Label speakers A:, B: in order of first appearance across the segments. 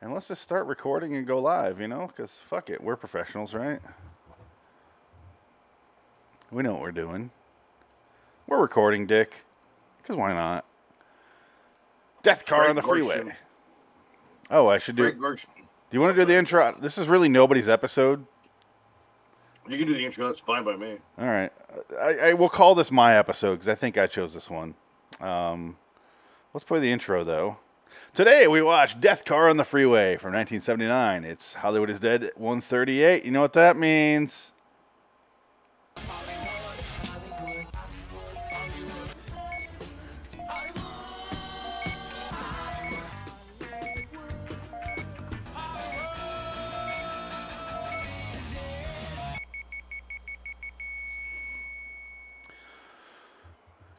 A: and let's just start recording and go live, you know? Because fuck it, we're professionals, right? We know what we're doing. We're recording, Dick. Because why not? Death car
B: Frank
A: on the freeway.
B: Gorsham.
A: Oh, I should do.
B: Frank
A: Do
B: Gershman.
A: you want to do the intro? This is really nobody's episode.
B: You can do the intro. That's fine by me.
A: All right, I, I will call this my episode because I think I chose this one. Um, let's play the intro though. Today we watch Death Car on the Freeway from 1979. It's Hollywood is Dead at 138. You know what that means?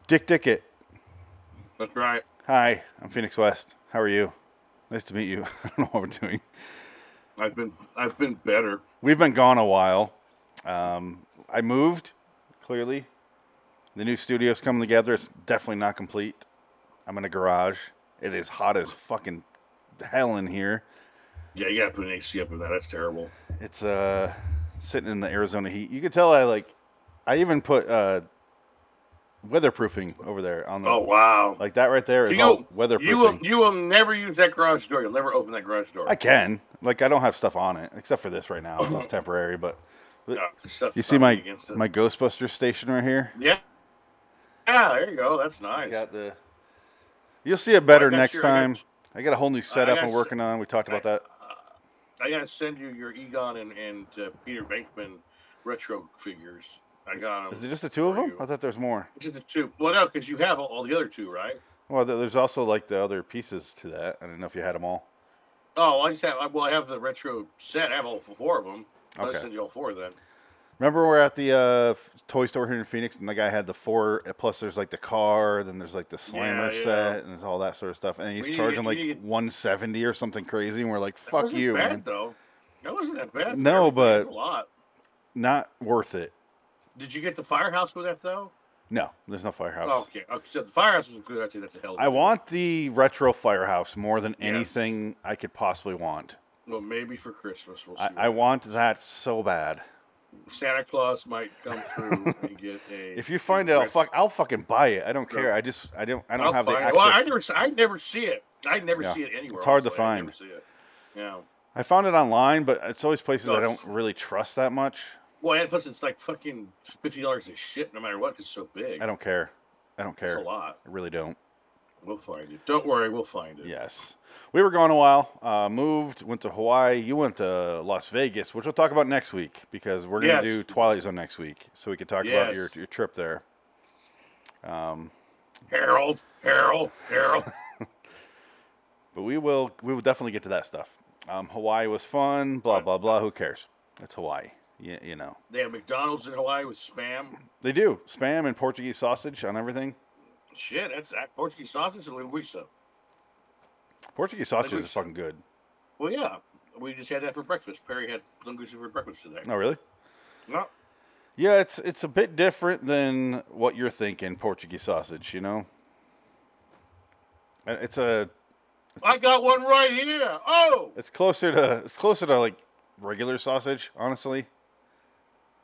A: Dick Dickett.
B: That's right.
A: Hi, I'm Phoenix West. How are you? Nice to meet you. I don't know what we're doing.
B: I've been I've been better.
A: We've been gone a while. Um, I moved, clearly. The new studio's coming together. It's definitely not complete. I'm in a garage. It is hot as fucking hell in here.
B: Yeah, you gotta put an AC up in that. That's terrible.
A: It's uh sitting in the Arizona heat. You could tell I like I even put uh weatherproofing over there on the
B: Oh wow.
A: like that right there is
B: So
A: all
B: you,
A: weatherproofing.
B: you will you will never use that garage door. You'll never open that garage door.
A: I can. Like I don't have stuff on it except for this right now. This is temporary, but
B: No, 'cause that's
A: you see
B: not
A: my
B: against it.
A: my Ghostbuster station right here?
B: yeah. Yeah, there you go. That's nice.
A: got the. You'll see it better
B: got
A: next
B: your- I
A: time.
B: got-
A: I got a whole new setup
B: got
A: I'm
B: s-
A: working on. We talked about that.
B: I gotta send you your Egon and and uh, Peter Venkman retro figures. I got them.
A: Is it just the two of
B: for
A: them?
B: you.
A: I thought there's more.
B: Is it the two? Well, no, because you have all, all the other two, right?
A: Well, th- there's also like the other pieces to that. I don't know if you had them all.
B: Oh, I just have. I- Well, I have the retro set. I have all four of them. I'll
A: Okay.
B: just send you all four then.
A: Remember we're at the uh, f- toy store here in Phoenix, and the guy had the four. Plus, there's like the car, then there's like the slammer
B: yeah.
A: set, and there's all that sort of stuff. And he's
B: need to get-
A: charging
B: we
A: like
B: need to get-
A: 170 or something crazy. And we're like,
B: That
A: "Fuck
B: wasn't
A: you,
B: bad,
A: man!
B: Though that wasn't that bad. for
A: No,
B: everything. It's
A: but-
B: a lot.
A: Not worth it."
B: Did you get the firehouse with that though?
A: No, there's no firehouse.
B: Oh, okay. okay. So the firehouse was good. I'd say that's a hell. Of a
A: I want the retro firehouse more than
B: Yes.
A: anything I could possibly want.
B: Well, maybe for Christmas we'll see.
A: I, I want that so bad.
B: Santa Claus might come through and get a.
A: If you find it, I'll
B: ret-
A: fuck. I'll fucking buy it. I don't
B: Sure.
A: care. I just I don't I don't
B: I'll
A: have the
B: find
A: access.
B: it. Well, I never, s- I never see it. I never
A: Yeah.
B: see it anywhere.
A: It's hard to
B: honestly. I never
A: find.
B: see it. Yeah.
A: I found it online, but it's always places
B: No,
A: I don't
B: it's-
A: really trust that much.
B: Well, and plus it's like fucking fifty dollars a shit, no matter what, 'cause it's so big.
A: I don't care. I don't
B: It's
A: care.
B: a lot.
A: I really don't.
B: We'll find it. Don't worry, we'll find it.
A: Yes. We were gone a while. Uh, moved. Went to Hawaii. You went to Las Vegas, which we'll talk about next week because we're gonna
B: Yes.
A: do Twilight Zone next week, so we could talk about your
B: Yes.
A: your trip there. Um,
B: Harold, Harold, Harold.
A: But we will we will definitely get to that stuff. Um, Hawaii was fun, blah blah blah. Who cares? It's Hawaii. You, you know
B: They have McDonald's in Hawaii with spam.
A: they do spam and Portuguese sausage on everything.
B: Shit, that's that Portuguese sausage and linguiça.
A: Portuguese sausage
B: Like we-
A: is fucking good.
B: Well, yeah, we just had that for breakfast. Perry had linguiça for breakfast today.
A: No, really?
B: No,
A: Yeah, it's it's a bit different than what you're thinking. Portuguese sausage, you know. And It's a
B: I got one right here. Oh,
A: it's closer to it's closer to like regular sausage. Honestly,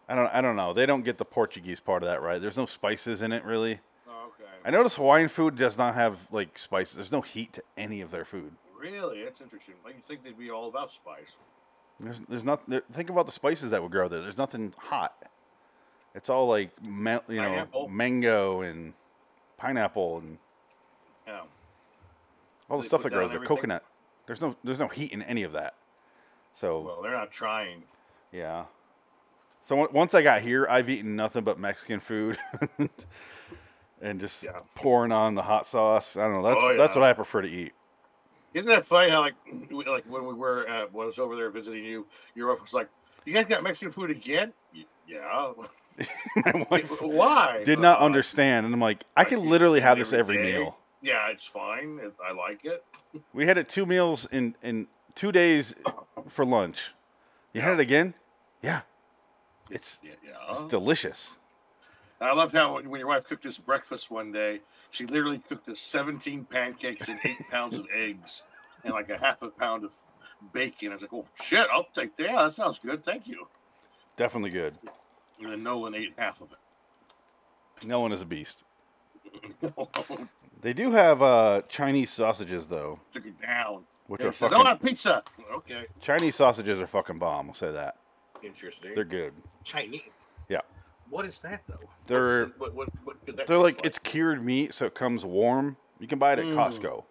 A: I don't I don't know. They don't get the Portuguese part of that right. There's no spices in it really.
B: Oh, okay.
A: I noticed Hawaiian food does not have like spices. There's no heat to any of their food.
B: Really, that's interesting. Like you think they'd be all about spice.
A: There's there's not. There, think about the spices that would grow there. There's nothing hot. It's all like ma- you know
B: Pineapple.
A: mango and pineapple and
B: Yeah.
A: all the
B: They
A: stuff
B: put
A: that
B: that on
A: grows there.
B: everything?
A: Coconut. There's no there's no heat in any of that. So
B: Well, they're not trying.
A: yeah. So on- once I got here, I've eaten nothing but Mexican food. And just
B: Yeah.
A: pouring on the hot sauce. I don't know. That's
B: Oh,
A: that's
B: yeah.
A: what I prefer to eat.
B: Isn't that funny how like we- like when we were uh, when I was over there visiting you, your wife was like, "You guys got Mexican food again?" Y- Yeah.
A: My wife
B: Why?
A: did not
B: Uh,
A: understand, and I'm like, I
B: eat
A: can literally have
B: it
A: this every
B: day.
A: meal.
B: Yeah, it's fine. It, I like it.
A: We had it two meals in in two days for lunch. You had it again? Yeah. It's
B: Yeah.
A: it's
B: yeah.
A: delicious.
B: And I loved how when, when your wife cooked us breakfast one day, she literally cooked us 17 pancakes and eight pounds of eggs. and like a half a pound of bacon. I was like, "Oh shit, I'll take that. That sounds good. Thank you."
A: Definitely good.
B: And then Nolan ate half of
A: No one is a beast.
B: it.
A: They do have uh, Chinese sausages though,
B: Took it down.
A: which
B: And
A: are
B: he says,
A: fucking
B: "I want pizza." Okay,
A: Chinese sausages are fucking bomb. We'll say that
B: interesting.
A: they're good.
B: Chinese.
A: Yeah.
B: What is that though?
A: They're-
B: What's- what, what, what could that
A: They're like
B: taste
A: it's cured meat, so it comes warm. You can buy it at
B: Mm.
A: Costco.
B: oh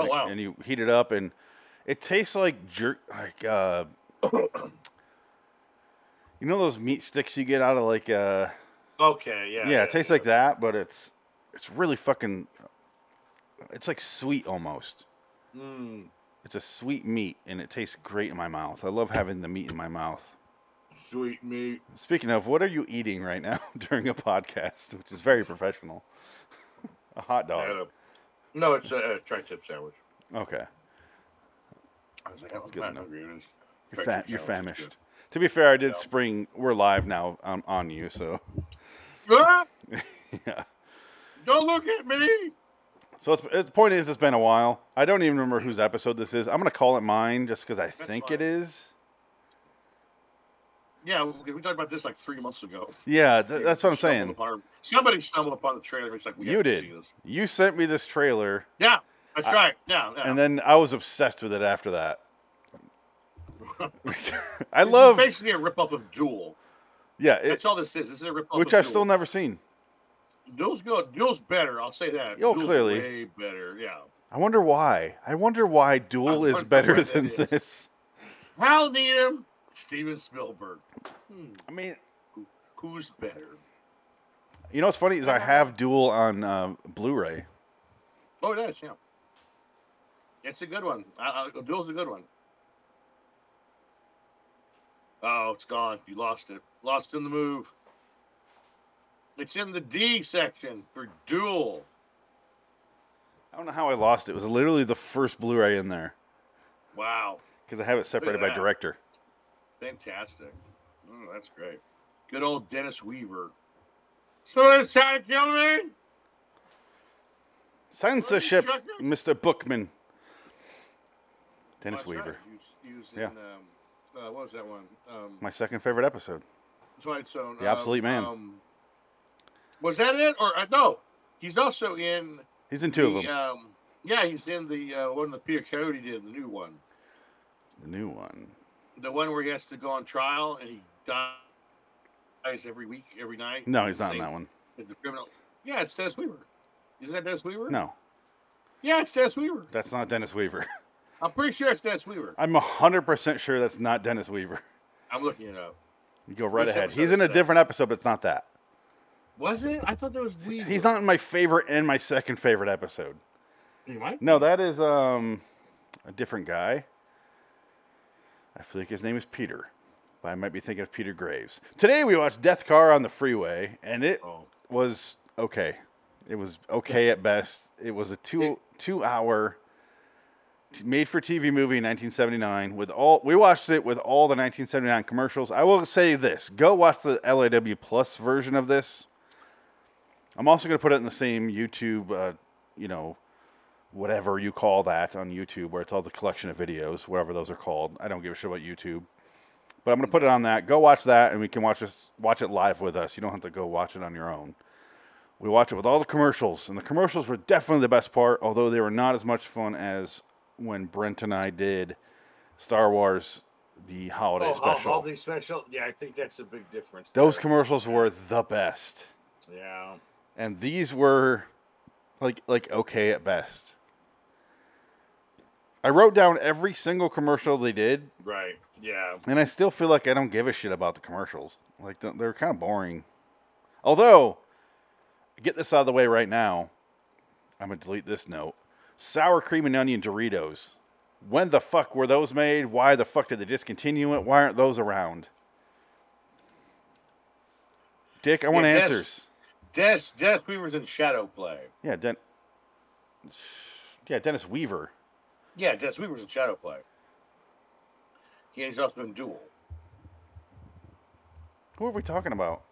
A: Like,
B: wow.
A: And you heat it up, and it tastes like jerk, like uh, you know those meat sticks you get out of like uh,
B: okay, yeah.
A: yeah, it tastes like that, but it's it's really fucking, it's like sweet almost.
B: Mm,
A: It's a sweet meat, and it tastes great in my mouth. I love having the meat in my mouth.
B: sweet meat.
A: Speaking of, what are you eating right now during a podcast, which is very professional? a hot
B: Had
A: dog.
B: a- No, it's a, a tri-tip sandwich.
A: Okay.
B: I was like, "Oh, I'm
A: good
B: not
A: enough.
B: hungry. and it's-
A: You're, fa-
B: tri-tip
A: you're
B: sandwich is
A: famished.
B: good.
A: To be fair, I did
B: Yeah.
A: spring. We're live now um, on you, so
B: Ah,
A: yeah.
B: don't look at me.
A: So it's, it's, the point is, it's been a while. I don't even remember whose episode this is. I'm gonna call it mine just because I think it
B: fine.
A: is.
B: Yeah, we, we talked about this like three months ago.
A: Yeah, th-
B: We
A: that's what I'm
B: stumbled
A: saying.
B: upon- somebody stumbled upon the trailer. It's like we
A: You
B: have to
A: did.
B: see this.
A: You sent me this trailer,
B: Yeah, that's right. Yeah, yeah.
A: and then I was obsessed with it after that. I
B: This is
A: love,
B: basically a ripoff of Duel.
A: yeah, it,
B: That's all this is. This is a ripoff.
A: which
B: of
A: I've
B: Duel.
A: still never seen.
B: Duel's good. Duel's better. I'll say that.
A: Oh,
B: Duel's
A: clearly.
B: way better. Yeah.
A: I wonder why. I wonder why Duel
B: I
A: is
B: wonder
A: better
B: why that
A: than
B: is.
A: this.
B: Hal Needham, Steven Spielberg. Hmm,
A: I mean,
B: who's better?
A: you know what's funny is I have Duel on uh, Blu-ray.
B: Oh, it is. Yeah. It's a good one. Uh, uh, Duel's a good one. Oh, it's gone. You lost it. Lost in the move. It's in the D section for Duel.
A: I don't know how I lost it. It was literally the first Blu-ray in there
B: Wow.
A: because I have it separated by
B: that.
A: director.
B: Fantastic. Oh, that's great. Good old Dennis Weaver. Someone's trying to kill me.
A: Censorship,
B: Truckers?
A: Mr. Bookman. Dennis
B: Oh, that's
A: Weaver,
B: right. He was- he was
A: Yeah.
B: in, um, uh, what was that one? Um,
A: my second favorite episode.
B: Twilight Zone.
A: The Obsolete Man.
B: um, was that it? Or uh, no? He's also in
A: He's in two of
B: the,
A: them.
B: Um, yeah, he's in the uh, one that Peter Coyote did, the new one, uh,
A: the new one.
B: the one where he has to go on trial and he dies every week, every night.
A: No,
B: It's
A: he's
B: the
A: not in
B: same
A: that one.
B: as the criminal. Yeah, it's Dennis Weaver. Isn't that Dennis Weaver?
A: No,
B: Yeah, it's Dennis Weaver.
A: that's not Dennis Weaver.
B: I'm pretty sure it's Dennis Weaver.
A: I'm hundred percent sure that's not Dennis Weaver.
B: I'm looking it up.
A: You go right
B: Which
A: ahead.
B: episode
A: He's in
B: is
A: a
B: that?
A: different episode, but it's not that.
B: Was it? I thought that was Weaver.
A: He's not in my favorite and my second favorite episode.
B: He might.
A: No, that is um a different guy. I think his name is Peter, but I might be thinking of Peter Graves. Today we watched Death Car on the Freeway, and it
B: Oh.
A: was okay. It was okay at best. It was a two two hour made for TV movie in 1979 with all we watched it with all the 1979 commercials. I will say this: go watch the LAW Plus version of this. I'm also going to put it in the same YouTube, uh, you know, whatever you call that on YouTube, where it's all the collection of videos, whatever those are called. I don't give a shit about YouTube, but I'm going to put it on that. Go watch that, and we can watch this, watch it live with us. You don't have to go watch it on your own. We watch it with all the commercials, and the commercials were definitely the best part, although they were not as much fun as when Brent and I did Star Wars the holiday
C: Oh, hol-
A: special.
C: holiday special. Yeah, I think that's a big difference.
A: Those
C: there.
A: commercials were the best,
C: yeah.
A: and these were like like okay at best. I wrote down every single commercial they did,
C: Right. Yeah.
A: and I still feel like I don't give a shit about the commercials. Like th- they're kind of boring. Although, get this out of the way right now. I'm gonna delete this note. Sour cream and onion Doritos. When the fuck were those made? Why the fuck did they discontinue it? Why aren't those around? Dick, I want
B: Yeah, that's-
A: answers.
B: Dennis Dennis Weaver's in Shadow Play.
A: Yeah, Den- yeah, Dennis Weaver.
B: Yeah, Dennis Weaver's in Shadow Play. He has also been Duel.
A: Who are we talking about?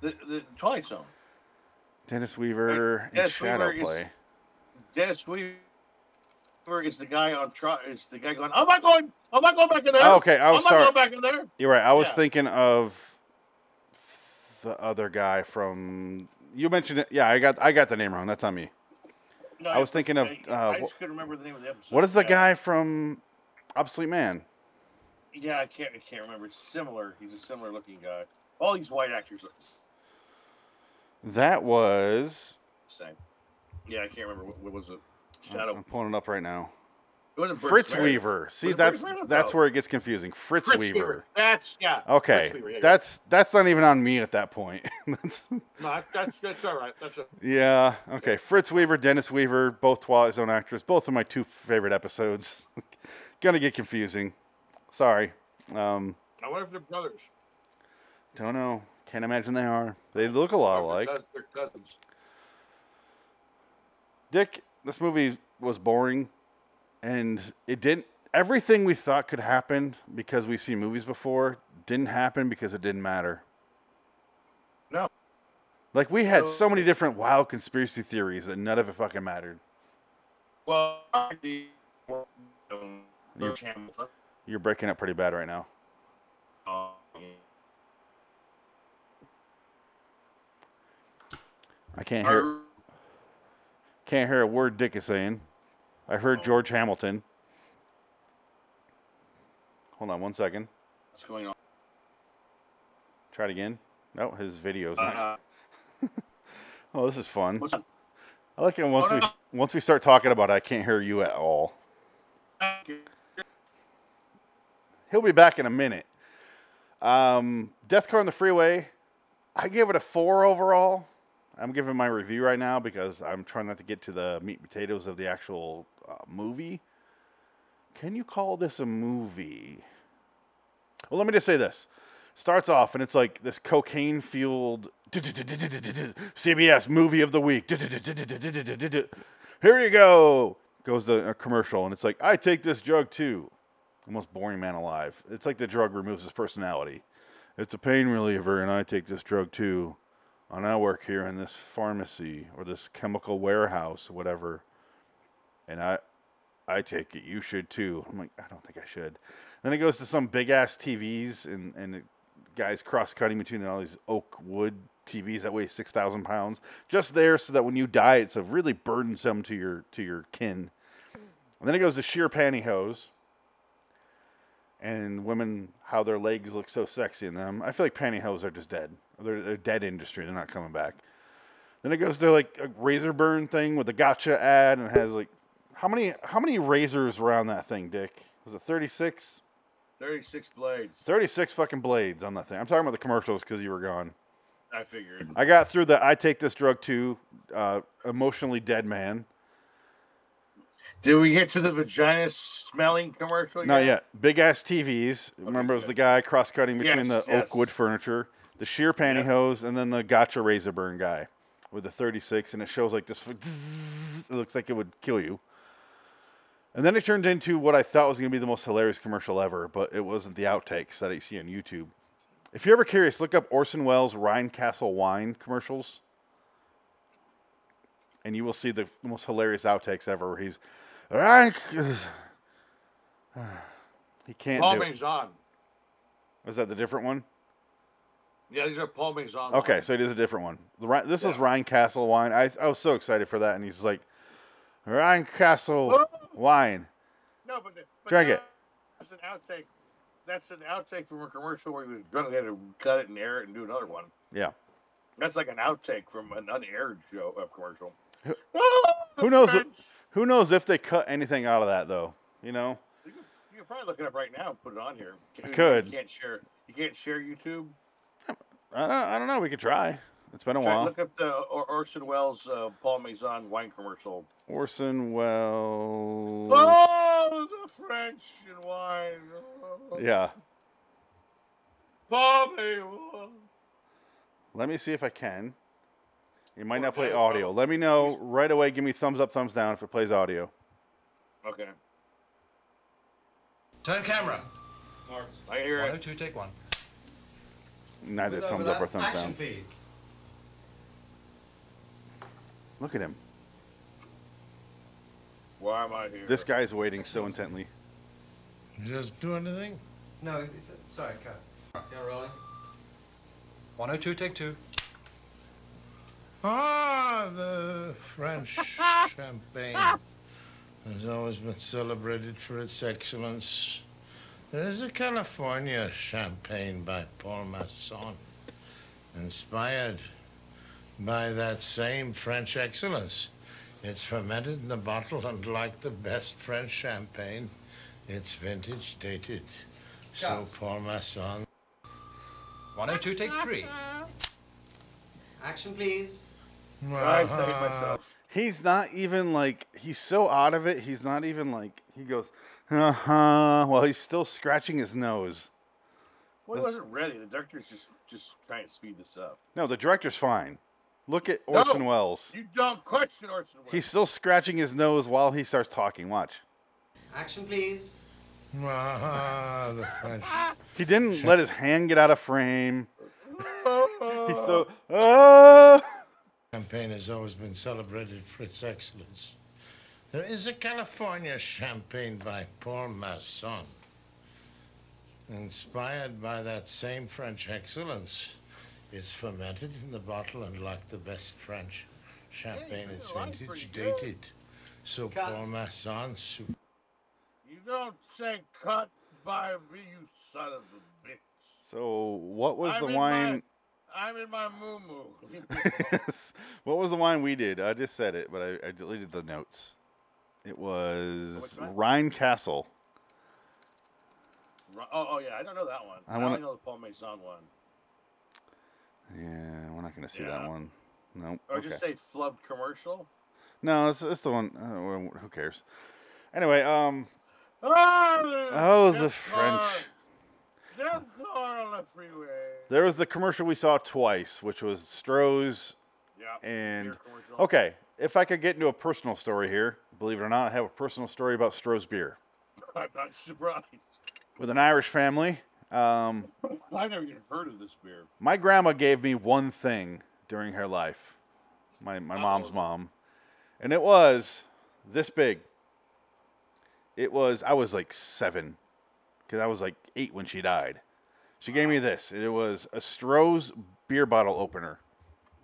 B: The the Twilight Zone.
A: Dennis Weaver
B: Right,
A: in
B: Dennis Weaver
A: Shadow
B: is-
A: Play.
B: Dennis Weaver Or is the guy on trial? Is the guy going? I'm not going. I'm not going back in there.
A: Oh, okay, I was
B: I'm
A: sorry.
B: not going back in there.
A: You're right. I was
B: Yeah.
A: thinking of the other guy from you mentioned it. Yeah, I got I got the name wrong. That's on me.
B: No,
A: I was thinking of,
B: I,
A: uh,
B: I
A: wh-
B: just couldn't remember the name of the episode.
A: What is the
B: Yeah.
A: guy from Obsolete Man?
B: Yeah, I can't. I can't remember. It's similar. He's a similar looking guy. All these white actors look the
A: That was
B: same. Yeah, I can't remember what, what was it. Shadow.
A: I'm pulling it up right now.
B: It wasn't
A: Mm-hmm.
B: Bruce
A: Fritz
B: Meredith.
A: Weaver. See,
B: Bruce
A: that's
B: Meredith, Oh.
A: that's
B: though.
A: where it gets confusing. Fritz,
C: Fritz
A: Weaver.
C: That's yeah.
A: Okay,
C: Fritz Weaver, yeah, yeah.
A: that's that's not even on me at that point. that's,
C: No, that's that's all right. That's a,
A: yeah. Okay, Fritz Weaver, Dennis Weaver, both Twilight Zone actors. Both of my two favorite episodes. Gonna get confusing. Sorry. Um,
C: I wonder if they're brothers.
A: don't know. Can't imagine they are. They look a lot
C: I
A: alike.
C: wonder if they're cous- they're cousins.
A: Dick, this movie was boring, and it didn't. Everything we thought could happen because we've seen movies before didn't happen because it didn't matter.
B: No.
A: Like we had
B: So-
A: so many different wild conspiracy theories that none of it fucking mattered.
B: Well, the um,
A: You-
B: Hamilton.
A: You're breaking up pretty bad right now.
B: Um,
A: I can't hear can't hear a word Dick is saying. I heard
B: Oh.
A: George Hamilton. Hold on one second.
B: what's going on?
A: Try it again. No, his video's not.
B: Uh,
A: oh, this is fun.
B: what's up?
A: I like it once
B: Oh,
A: we
B: no.
A: once we start talking about it, I can't hear you at all. He'll be back in a minute. Um, Death Car on the Freeway. I gave it a four overall. I'm giving my review right now because I'm trying not to get to the meat and potatoes of the actual uh, movie. Can you call this a movie? Well, let me just say this. Starts off and it's like this cocaine fueled CBS movie of the week. Here you go. Goes the a commercial and it's like, I take this drug too. The most boring man alive. It's like the drug removes his personality. It's a pain reliever and I take this drug too. And I work here in this pharmacy or this chemical warehouse, whatever. And I I take it. You should too. I'm like, I don't think I should. Then it goes to some big ass TVs and and it, guys cross cutting between all these oak wood TVs that weigh six thousand pounds, just there so that when you die, it's a really burdensome to your to your kin. And then it goes to sheer pantyhose and women how their legs look so sexy in them. I feel like pantyhose are just dead. They're they're dead industry. They're not coming back. Then it goes to like a razor burn thing with a gotcha ad and has like how many how many razors were on that thing, Dick? Was it 36?
B: 36 blades.
A: 36 fucking blades on that thing. I'm talking about the commercials because you were gone.
B: I figured.
A: I got through the I take this drug too, uh, emotionally dead man.
B: Did we get to the vagina smelling commercial?
A: Not yet. Big ass TVs. Remember, it was the guy cross cutting between
B: Yes,
A: the oak
B: yes.
A: wood furniture, the sheer pantyhose, and then the gotcha razor burn guy with the 36, and it shows like this. It looks like it would kill you. And then it turned into what I thought was going to be the most hilarious commercial ever, but it wasn't the outtakes that you see on YouTube. If you're ever curious, look up Orson Welles' Rhine Castle wine commercials, and you will see the most hilarious outtakes ever. Where he's, Rhine, he can't
C: Paul
A: do it.
C: Maison.
A: Is that the different one?
C: Yeah, these are Paul Maison.
A: Okay,
C: wines.
A: so it is a different one. The, Rhi- this is
C: Yeah.
A: Rhine Castle wine. I, I was so excited for that, and he's like, Rhine Castle wine.
B: No, but, the, but
A: Drag
B: that-
A: it.
B: That's an outtake. That's an outtake from a commercial where he was going to had to cut it and air it and do another one.
A: Yeah.
B: That's like an outtake from an unaired show uh, commercial.
A: Who-
B: Ah, the
A: who knows what-
B: French!
A: Who knows if they cut anything out of that though? You know,
B: You can, you can probably look it up right now and put it on here.
A: I
B: You-
A: could.
B: You can't share. You can't share YouTube.
A: I don't, I don't know. We could try. It's been a
B: Try,
A: while.
B: look up the or- Orson Welles uh, Paul Maison wine commercial.
A: Orson Welles.
B: Oh, the French and wine. Oh,
A: Yeah.
B: Paul Maison.
A: Let me see if I can. It might
C: Oh,
A: not play
C: yeah,
A: audio.
C: well,
A: Let me know
C: he's-
A: right away. Give me thumbs up, thumbs down if it plays audio.
B: Okay,
D: Turn camera.
B: I hear it.
D: 102, take one.
A: Neither
D: With
A: thumbs up
D: overlap.
A: or thumbs
D: Action,
A: down.
D: please.
A: Look at him.
B: Why am I here?
A: This guy's waiting so intently.
D: It doesn't do anything.
E: No, it's, sorry, cut. Yeah, rolling. 102, take two.
D: Ah, the French champagne has always been celebrated for its excellence. There is a California champagne by Paul Masson, inspired by that same French excellence. It's fermented in the bottle, and like the best French champagne, it's vintage dated. So Paul Masson
E: 102, oh, take three.
F: Action, please.
B: I saved
A: uh-huh.
B: myself.
A: He's not even like he's so out of it. He's not even like he goes, uh huh. While he's still scratching his nose.
B: Well, he wasn't ready. The doctor's just just trying to speed this up.
A: No, the director's fine. Look at Orson
B: No.
A: Welles.
B: You don't question Orson Welles.
A: He's still scratching his nose while he starts talking. Watch.
F: Action, please.
D: Ah, the French.
A: He didn't let his hand get out of frame. He's still. "Ah."
D: Champagne has always been celebrated for its excellence. There is a California champagne by Paul Masson, inspired by that same French excellence. It's fermented in the bottle, and like the best French champagne,
B: he's
D: it's
B: been alive
D: vintage
B: pretty good.
D: dated. So
F: Cut.
D: Paul Masson, su-
B: You don't say cut by me, you son of a bitch.
A: So what was
B: I'm
A: the
B: in my-
A: wine?
B: I'm in my moo moo.
A: what was the wine we did? I just said it, but I, I deleted the notes. It
B: Oh,
A: was
B: Which wine?
A: Rhine Castle.
B: Ri- Oh, oh yeah, I don't know that one.
A: I
B: I, only
A: wanna-
B: know the Paul Mason one.
A: Yeah, we're not gonna see
B: Yeah.
A: that one. Nope.
B: Or
A: okay.
B: just say flubbed commercial.
A: no, it's, it's the one. Uh, well, who cares? Anyway, um,
B: Oh,
A: oh, the French.
B: Death car on the freeway.
A: There was the commercial we saw twice, which was Stroh's
B: Yeah.
A: and oh.
B: beer commercial.
A: okay. If I could get into a personal story here, believe it or not, I have a personal story about Stroh's beer
B: I'm not surprised.
A: with an Irish family. Um,
B: I've never even heard of this beer.
A: My grandma gave me one thing during her life, my, my mom's mom, and it was this big. It was, I was like seven, because I was like eight when she died. She gave me this, and it was a Stroh's beer bottle opener.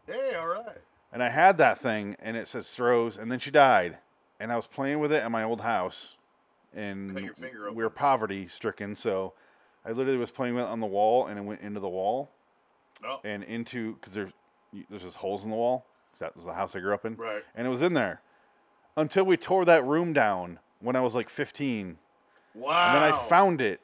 B: Hey, all right.
A: And I had that thing, and it said Stroh's, and then she died. And I was playing with it at my old house,
B: Cut
A: and
B: your finger
A: we were poverty stricken, so I literally was playing with it on the wall, and it went into the wall
B: Oh,
A: and into because there's there's just holes in the wall. 'cause That was the house I grew up in,
B: Right.
A: And it was in there until we tore that room down when I was like 15,
B: wow.
A: and then I found it,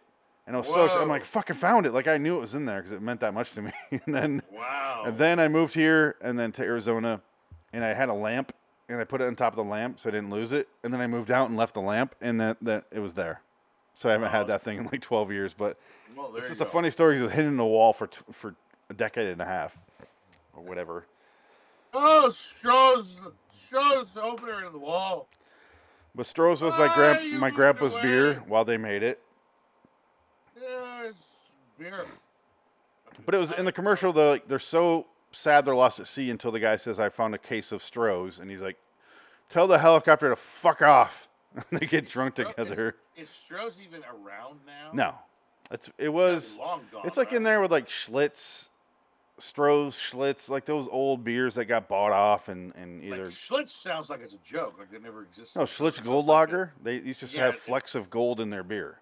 A: and I was so excited. I'm
B: Whoa.
A: like, "Fucking found it!" Like I knew it was in there because it meant that much to me. and then
B: Wow.
A: and then I moved here and then to Arizona, and I had a lamp and I put it on top of the lamp so I didn't lose it. And then I moved out and left the lamp, and that that it was there. So I haven't had that thing in like 12 years, but
B: well, there
A: it's
B: you
A: just a
B: go.
A: funny story 'cause it was hidden in the wall for t- for a decade and a half or whatever.
B: Oh, Stroh's Stroh's opener in the wall.
A: But Stroh's was my
B: Why
A: grand
B: you
A: my
B: moved
A: grandpa's beer
B: away?
A: while they made it.
B: Yeah, it's beer.
A: But it was in the commercial. They're like they're so sad they're lost at sea until the guy says, "I found a case of Stroh's," and he's like, "Tell the helicopter to fuck off." And they get drunk
B: Stro- is-
A: together.
B: Is, Stroh's even around now?
A: No, it's it
B: It's
A: was.
B: gotta be long gone,
A: It's like in
B: right?
A: there with like Schlitz, Stroh's Schlitz, like those old beers that got bought off and and either
B: Like, Schlitz sounds like it's a joke, like it never existed.
A: no Schlitz Gold Lager. They used to
B: Yeah,
A: have
B: it-
A: flecks of gold in their beer.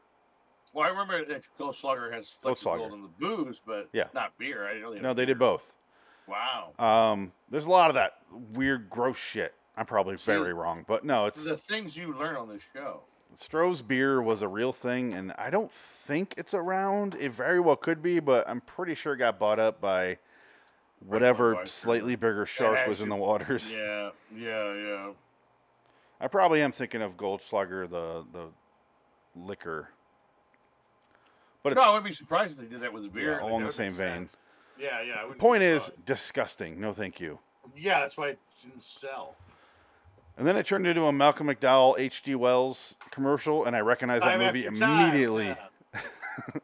B: Well, I remember that Goldschlager has flecks of
A: Goldschlager.
B: gold in the booze, but
A: Yeah.
B: not beer. I didn't know they
A: No,
B: had
A: they did both.
B: Wow.
A: Um, there's a lot of that weird, gross shit. I'm probably
B: See,
A: very wrong, but no, Oh, it's
B: the things you learn on this show.
A: Stroh's beer was a real thing, and I don't think it's around. It very well could be, but I'm pretty sure it got bought up by whatever
B: by-
A: slightly bigger shark was in the
B: actually-
A: waters.
B: Yeah, yeah, yeah.
A: I probably am thinking of Goldschlager, the the liquor, but it's
B: No, I wouldn't be surprised if they did that with a beer.
A: yeah,
B: like,
A: all in
B: that
A: the
B: would
A: same
B: make
A: vein.
B: sense. Yeah, yeah. I wouldn't be
A: Point is,
B: surprised.
A: disgusting. No, thank you.
C: Yeah, that's why it didn't sell.
A: And then it turned into a Malcolm McDowell H.G. Wells commercial, and I recognized that
C: Time
A: movie
C: after time,
A: immediately.
C: yeah.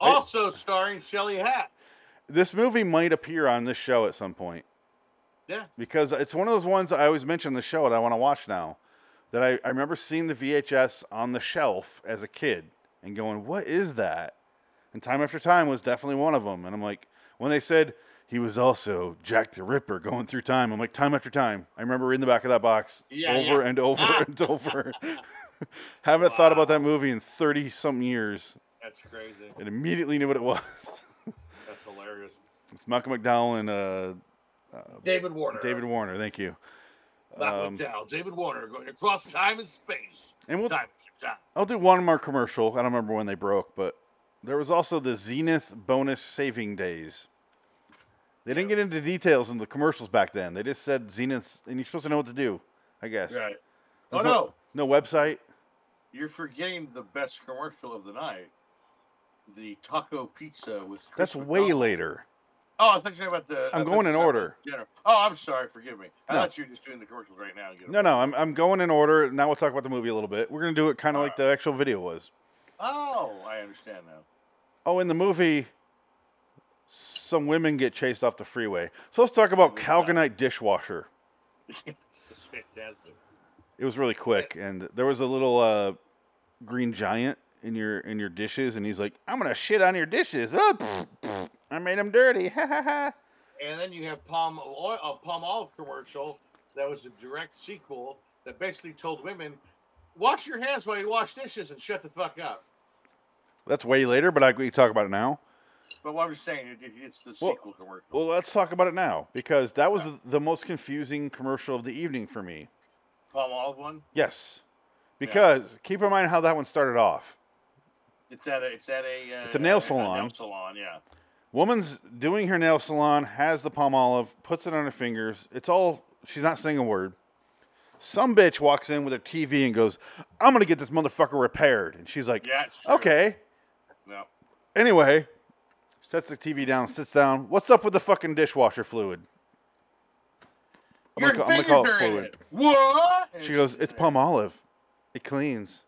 C: also starring Shelly Hat.
A: This movie might appear on this show at some point
C: Yeah.
A: because it's one of those ones I always mention on the show and I want to watch now. that I, I remember seeing the VHS on the shelf as a kid and going, what is that? And time after time was definitely one of them. And I'm like, when they said he was also Jack the Ripper going through time, I'm like, time after time. I remember reading the back of that box
B: Yeah,
A: over
B: yeah. Ah.
A: and over and over. Haven't thought about that movie in 30 some years
C: That's crazy.
A: and immediately knew what it was.
C: That's hilarious.
A: It's Malcolm McDowell and uh,
C: David Warner.
A: David Warner. Thank you.
C: Malcolm
A: um,
C: McDowell. David Warner going across time and space.
A: And we'll,
C: Time, time.
A: I'll do one more commercial. I don't remember when they broke, but there was also the Zenith bonus saving days. They didn't get into details in the commercials back then. They just said Zenith, and you're supposed to know what to do, I guess.
B: Right. Oh,
A: There's
B: no.
A: No website.
B: You're forgetting the best commercial of the night the taco pizza with. Chris
A: That's way
B: McDonald.
A: later.
B: Oh, I thought you were talking about the. I
A: I'm
B: thought
A: going
B: you
A: in
B: said
A: order.
B: Jenner. Oh, I'm sorry. Forgive me. I
A: No.
B: thought you were just doing the commercials right now. and getting
A: No, no, I'm, I'm going in order. Now we'll talk about the movie a little bit. We're going to do it kind of
B: Uh.
A: like the actual video was.
B: Oh, I understand now.
A: Oh, in the movie, some women get chased off the freeway. So let's talk about Calgonite dishwasher.
C: This is fantastic.
A: It was really quick, and there was a little uh, green giant in your in your dishes, and he's like, "I'm gonna shit on your dishes." Oh, pfft, pfft, I made them dirty. Ha ha ha.
C: And then you have palm oil, a palm olive commercial that was a direct sequel that basically told women, wash your hands while you wash dishes and shut the fuck up.
A: That's way later, but I we can talk about it now.
B: But what I'm just saying, it, it- it's the
A: Well-
B: sequel commercial.
A: Well, let's talk about it now because that was the most confusing commercial of the evening for me.
B: Palm Olive one.
A: Yes, because keep in mind how that one started off.
B: It's at a. It's at a. Uh,
A: It's a nail salon.
B: nail salon. Yeah.
A: Woman's doing her nail salon, has the palm olive, puts it on her fingers. It's all, she's not saying a word. Some bitch walks in with her TV and goes, I'm going to get this motherfucker repaired. And she's like,
B: Yeah. It's true.
A: okay.
B: No.
A: Anyway, sets the TV down, sits down. What's up with the fucking dishwasher fluid? I'm
B: Your
A: gonna ca- I'm gonna
B: fingers
A: call it
B: are in
A: fluid.
B: it. What? And
A: She goes, It's palm olive. It cleans.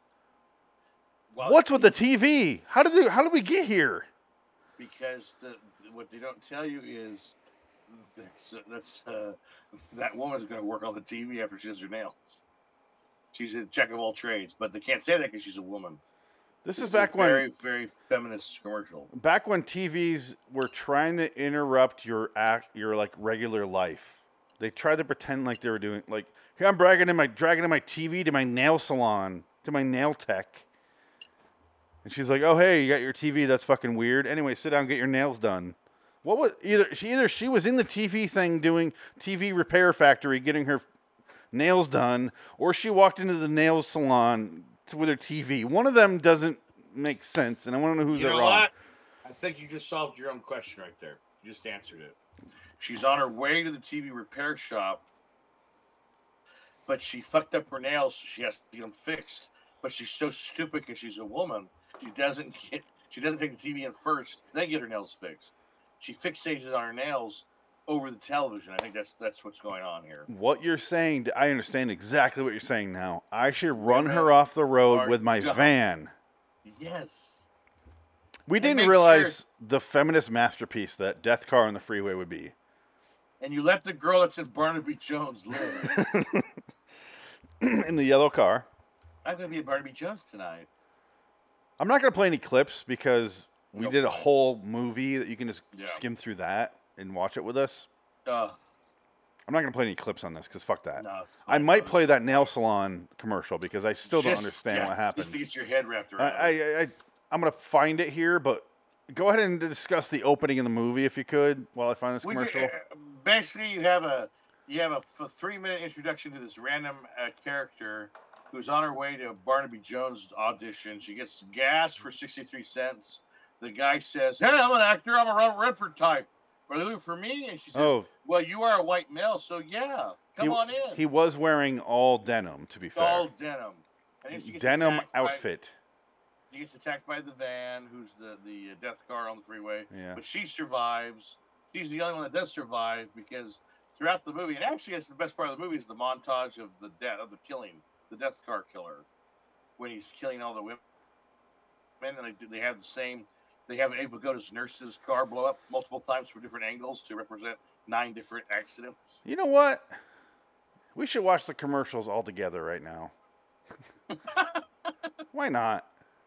B: Well,
A: What's with the TV? How did, they, how did we get here?
B: because the, the- what they don't tell you is that's that's uh, that woman's going to work on the TV after she does her nails. She's a jack of all trades, but they can't say that because she's a woman.
A: This,
B: This
A: is back
B: a
A: when.
B: very very feminist commercial.
A: back when TVs were trying to interrupt your act, your like regular life, they tried to pretend like they were doing like here I'm bragging in my dragging in my TV to my nail salon to my nail tech, and she's like, "Oh hey, you got your TV? That's fucking weird." Anyway, sit down, and get your nails done. What was either she either she was in the TV thing doing TV repair factory getting her nails done, or she walked into the nail salon t- with her TV. One of them doesn't make sense, and I want to know who's
C: You
A: it
C: know
A: wrong.
C: what? I think you just solved your own question right there. You just answered it.
B: She's on her way to the TV repair shop, but she fucked up her nails. So she has to get them fixed. But she's so stupid because she's a woman. She doesn't get. She doesn't take the TV in first, then get her nails fixed. She fixates on her nails over the television. I think that's that's what's going on here.
A: What you're saying, I understand exactly what you're saying now. I should run her
B: man.
A: off the road
B: Are
A: with my
B: dumb.
A: van.
B: Yes.
A: We
B: And
A: didn't
B: make
A: realize the feminist masterpiece that Death Car on the Freeway would be.
B: And you let the girl that's in Barnaby Jones live.
A: In the yellow car.
B: I'm gonna be in Barnaby Jones tonight.
A: I'm not going to play any clips because we
B: Nope.
A: did a whole movie that you can just
B: Yeah.
A: skim through that and watch it with us.
B: Uh,
A: I'm not going to play any clips on this because fuck that.
B: no, it's
A: I
B: fine,
A: might
B: bro.
A: play that nail salon commercial because I still don't
B: Just-
A: understand
B: yeah,
A: what happened.
B: Just to get your head wrapped
A: I,
B: around. it.
A: I, I, I'm gonna find it here, but go ahead and discuss the opening of the movie if you could, while I find this
B: We ju-
A: commercial.
B: uh, basically, you have a you have a, f- three-minute introduction to this random uh, character who's on her way to Barnaby Jones audition. She gets gas for sixty-three cents. The guy says, "Hey, I'm an actor. I'm a Robert Redford type. Are they looking for me?" And she says,
A: oh,
B: "Well, you are a white male, so yeah, come
A: he,
B: on in.
A: He was wearing all denim, to be
B: It's all
A: fair,
B: denim." And then she gets
A: denim
B: attacked by-
A: outfit.
B: he gets attacked by the van, who's the the uh, death car on the freeway.
A: Yeah.
B: But she survives. She's the only one that does survive because throughout the movie, and actually, that's the best part of the movie is the montage of the death of the killing, the death car killer, when he's killing all the women. And they do- they have the same. They have Ava Goda's nurse's car blow up multiple times from different angles to represent nine different accidents.
A: You know what? We should watch the commercials all together right now. Why not?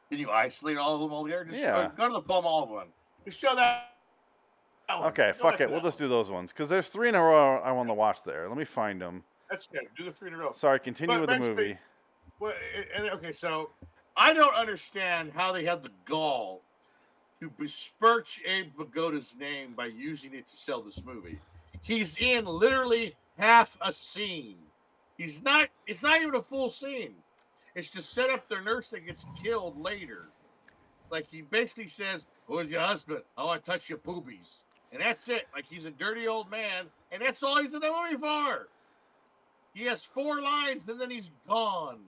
B: Can you isolate all of them all together? Just
A: Yeah.
B: uh, go to the Palm Olive one. Just show that. that one.
A: Okay,
B: Go
A: fuck
B: back to
A: it. We'll
B: that
A: just do
B: one.
A: those ones because there's three in a row I want to watch there. Let me find them.
C: That's good. Do the three in a row.
A: Sorry, continue
C: But
A: with the
C: basically-
A: movie.
C: Well, and- and, okay, so
B: I don't understand how they had the gall to besmirch Abe Vigoda's name by using it to sell this movie. He's in literally half a scene. He's not. It's not even a full scene. It's to set up their nurse that gets killed later. Like he basically says, "Who's your husband? I want to touch your poobies," and that's it. Like he's a dirty old man, and that's all he's in the movie for. He has four lines, and then he's gone.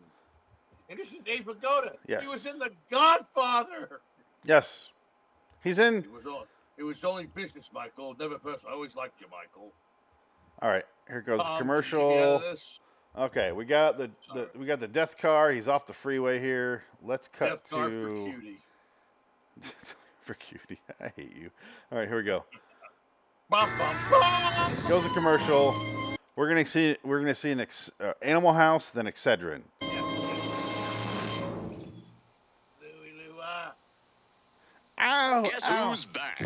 B: And this is Abe Vigoda. He was
A: Yes.
B: in The Godfather.
A: Yes, he's in.
B: It was all. It was only business, Michael. Never personal. I always liked you, Michael.
A: All right, here goes the
B: Tom, can you get Um, me out
A: commercial.
B: of this?
A: Okay, we got the, the we got the death car. He's off the freeway here. Let's cut
B: Death
A: to
B: car for cutie.
A: for cutie. I hate you. All right, here we go.
B: Bum, bum, bum.
A: Goes the commercial. We're gonna see we're gonna see an ex, uh, Animal House, then Excedrin.
B: Yes. Louie, Louie. ah.
A: Ow,
G: Guess
A: ow.
G: who's back?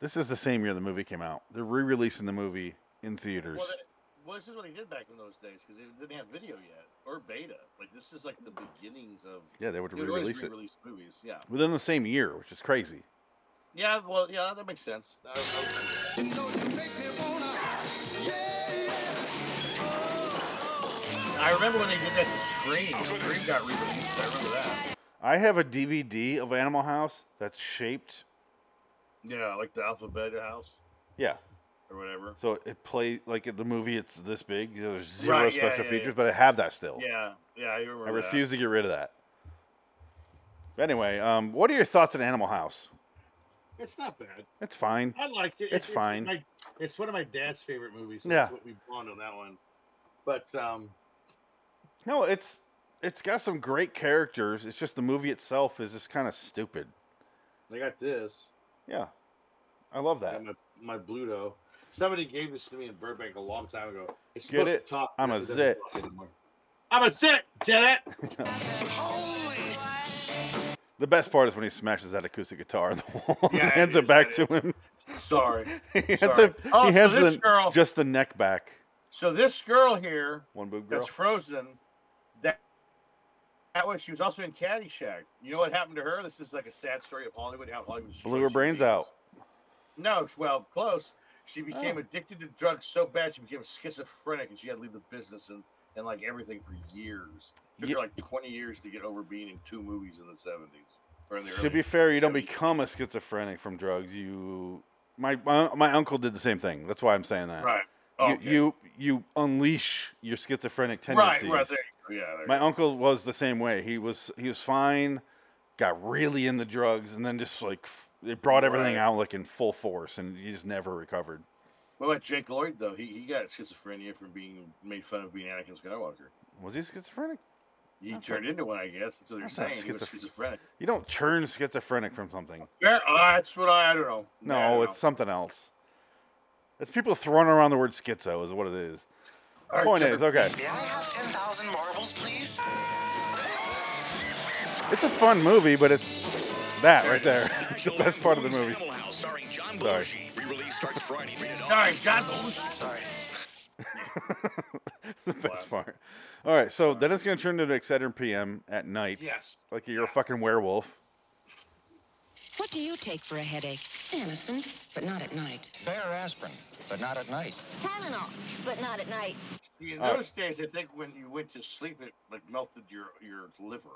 A: This is the same year the movie came out. They're re-releasing the movie in theaters.
B: Well, that, well, this is what he did back in those days because they didn't have video yet or beta. Like this is like the beginnings of.
A: yeah, they would
B: They would always
A: re-release it
B: re-release movies. Yeah.
A: within the same year, which is crazy.
B: Yeah. Well, yeah, that makes sense. I, I would see that. I remember when they did that to Scream.
C: Oh,
B: Scream got re-released. I remember that.
A: I have a DVD of Animal House that's shaped.
B: Yeah, like the Alphabet House
A: Yeah,
B: or whatever.
A: so it play like in the movie. It's this big. you know, There's zero
B: Right, yeah,
A: special
B: yeah,
A: features,
B: yeah.
A: but I have that still.
B: Yeah, yeah, I remember.
A: I refuse to get rid of that. Anyway, um, what are your thoughts on Animal House?
C: it's not bad.
A: It's fine.
C: I like it.
A: It's fine.
C: my- it's one of my dad's favorite movies. so
A: Yeah.
C: That's what we bond on that one. But um,
A: No, it's it's got some great characters. It's just the movie itself is just kind of stupid.
C: I got this.
A: Yeah, I love
C: I
A: that.
C: got my, my Bluto. Somebody gave this to me in Burbank a long time ago. It's
A: Get
C: supposed
A: it?
C: to talk.
A: I'm
C: but
A: a
C: it doesn't
A: zit.
C: talk anymore. I'm a zit. Get it?
A: The best part is when he smashes that acoustic guitar on the wall and
B: Yeah, it
A: hands it
B: is,
A: back to
B: that is.
A: him.
B: Sorry.
A: He hands,
B: Sorry.
A: it- he
B: Oh, so
A: hands
B: this
A: the-
B: girl-
A: just the neck back.
B: So this girl here,
A: One boob girl.
B: that's frozen. That that was she was also in Caddyshack. You know what happened to her? This is like a sad story of Hollywood. How Hollywood destroys
A: Blew her brains
B: dreams.
A: out. Oh.
B: No, well, close. She became addicted to drugs so bad she became schizophrenic, and she had to leave the business and, and like everything for years. Took
A: Ye-
B: her like twenty years to get over being in two movies in the seventies.
A: To be fair, you don't
B: 70s.
A: become a schizophrenic from drugs. You, my my, my uncle did the same thing. That's why I'm saying that.
B: right.
A: You,
B: okay.
A: you you unleash your schizophrenic
B: right,
A: tendencies.
B: right there. you go, Yeah, there
A: My uncle was the same way. He was he was fine, got really into drugs, and then just like f- it brought everything
B: Right.
A: out like in full force, and he just never recovered.
B: What about Jake Lloyd though? He, he got schizophrenia from being made fun of being Anakin Skywalker.
A: Was he schizophrenic?
B: He
A: That's
B: turned into one, I guess. That's what they're
A: that's not
B: saying. He was
A: schizoph-
B: schizophrenic.
A: You don't turn schizophrenic from something.
B: Yeah, uh, that's what I, I don't know. I
A: No,
B: don't
A: it's
B: know.
A: something else. It's people throwing around the word schizo is what it is.
B: All right,
A: Point
B: Tucker,
A: is, okay,
G: May I have 10,000 marbles, please?
A: it's a fun movie, but it's that right
G: There it
A: there.
G: is.
A: It's the
G: National
A: best part of the
G: Lampoon's
A: movie.
G: Animal House starring John
A: Sorry.
G: Belushi. Re-release starts Friday. rated R.
B: Sorry, John Belushi.
G: Sorry.
A: the best part. All right, so then it's gonna turn into Excedrin PM at night.
C: Yes.
A: Like you're a fucking werewolf.
H: What do you take for a headache? Anacin, but not at night.
I: Fair aspirin, but not at night.
J: Tylenol, but not at night.
B: See, in
A: All right.
B: those days, I think when you went to sleep, it like melted your your liver.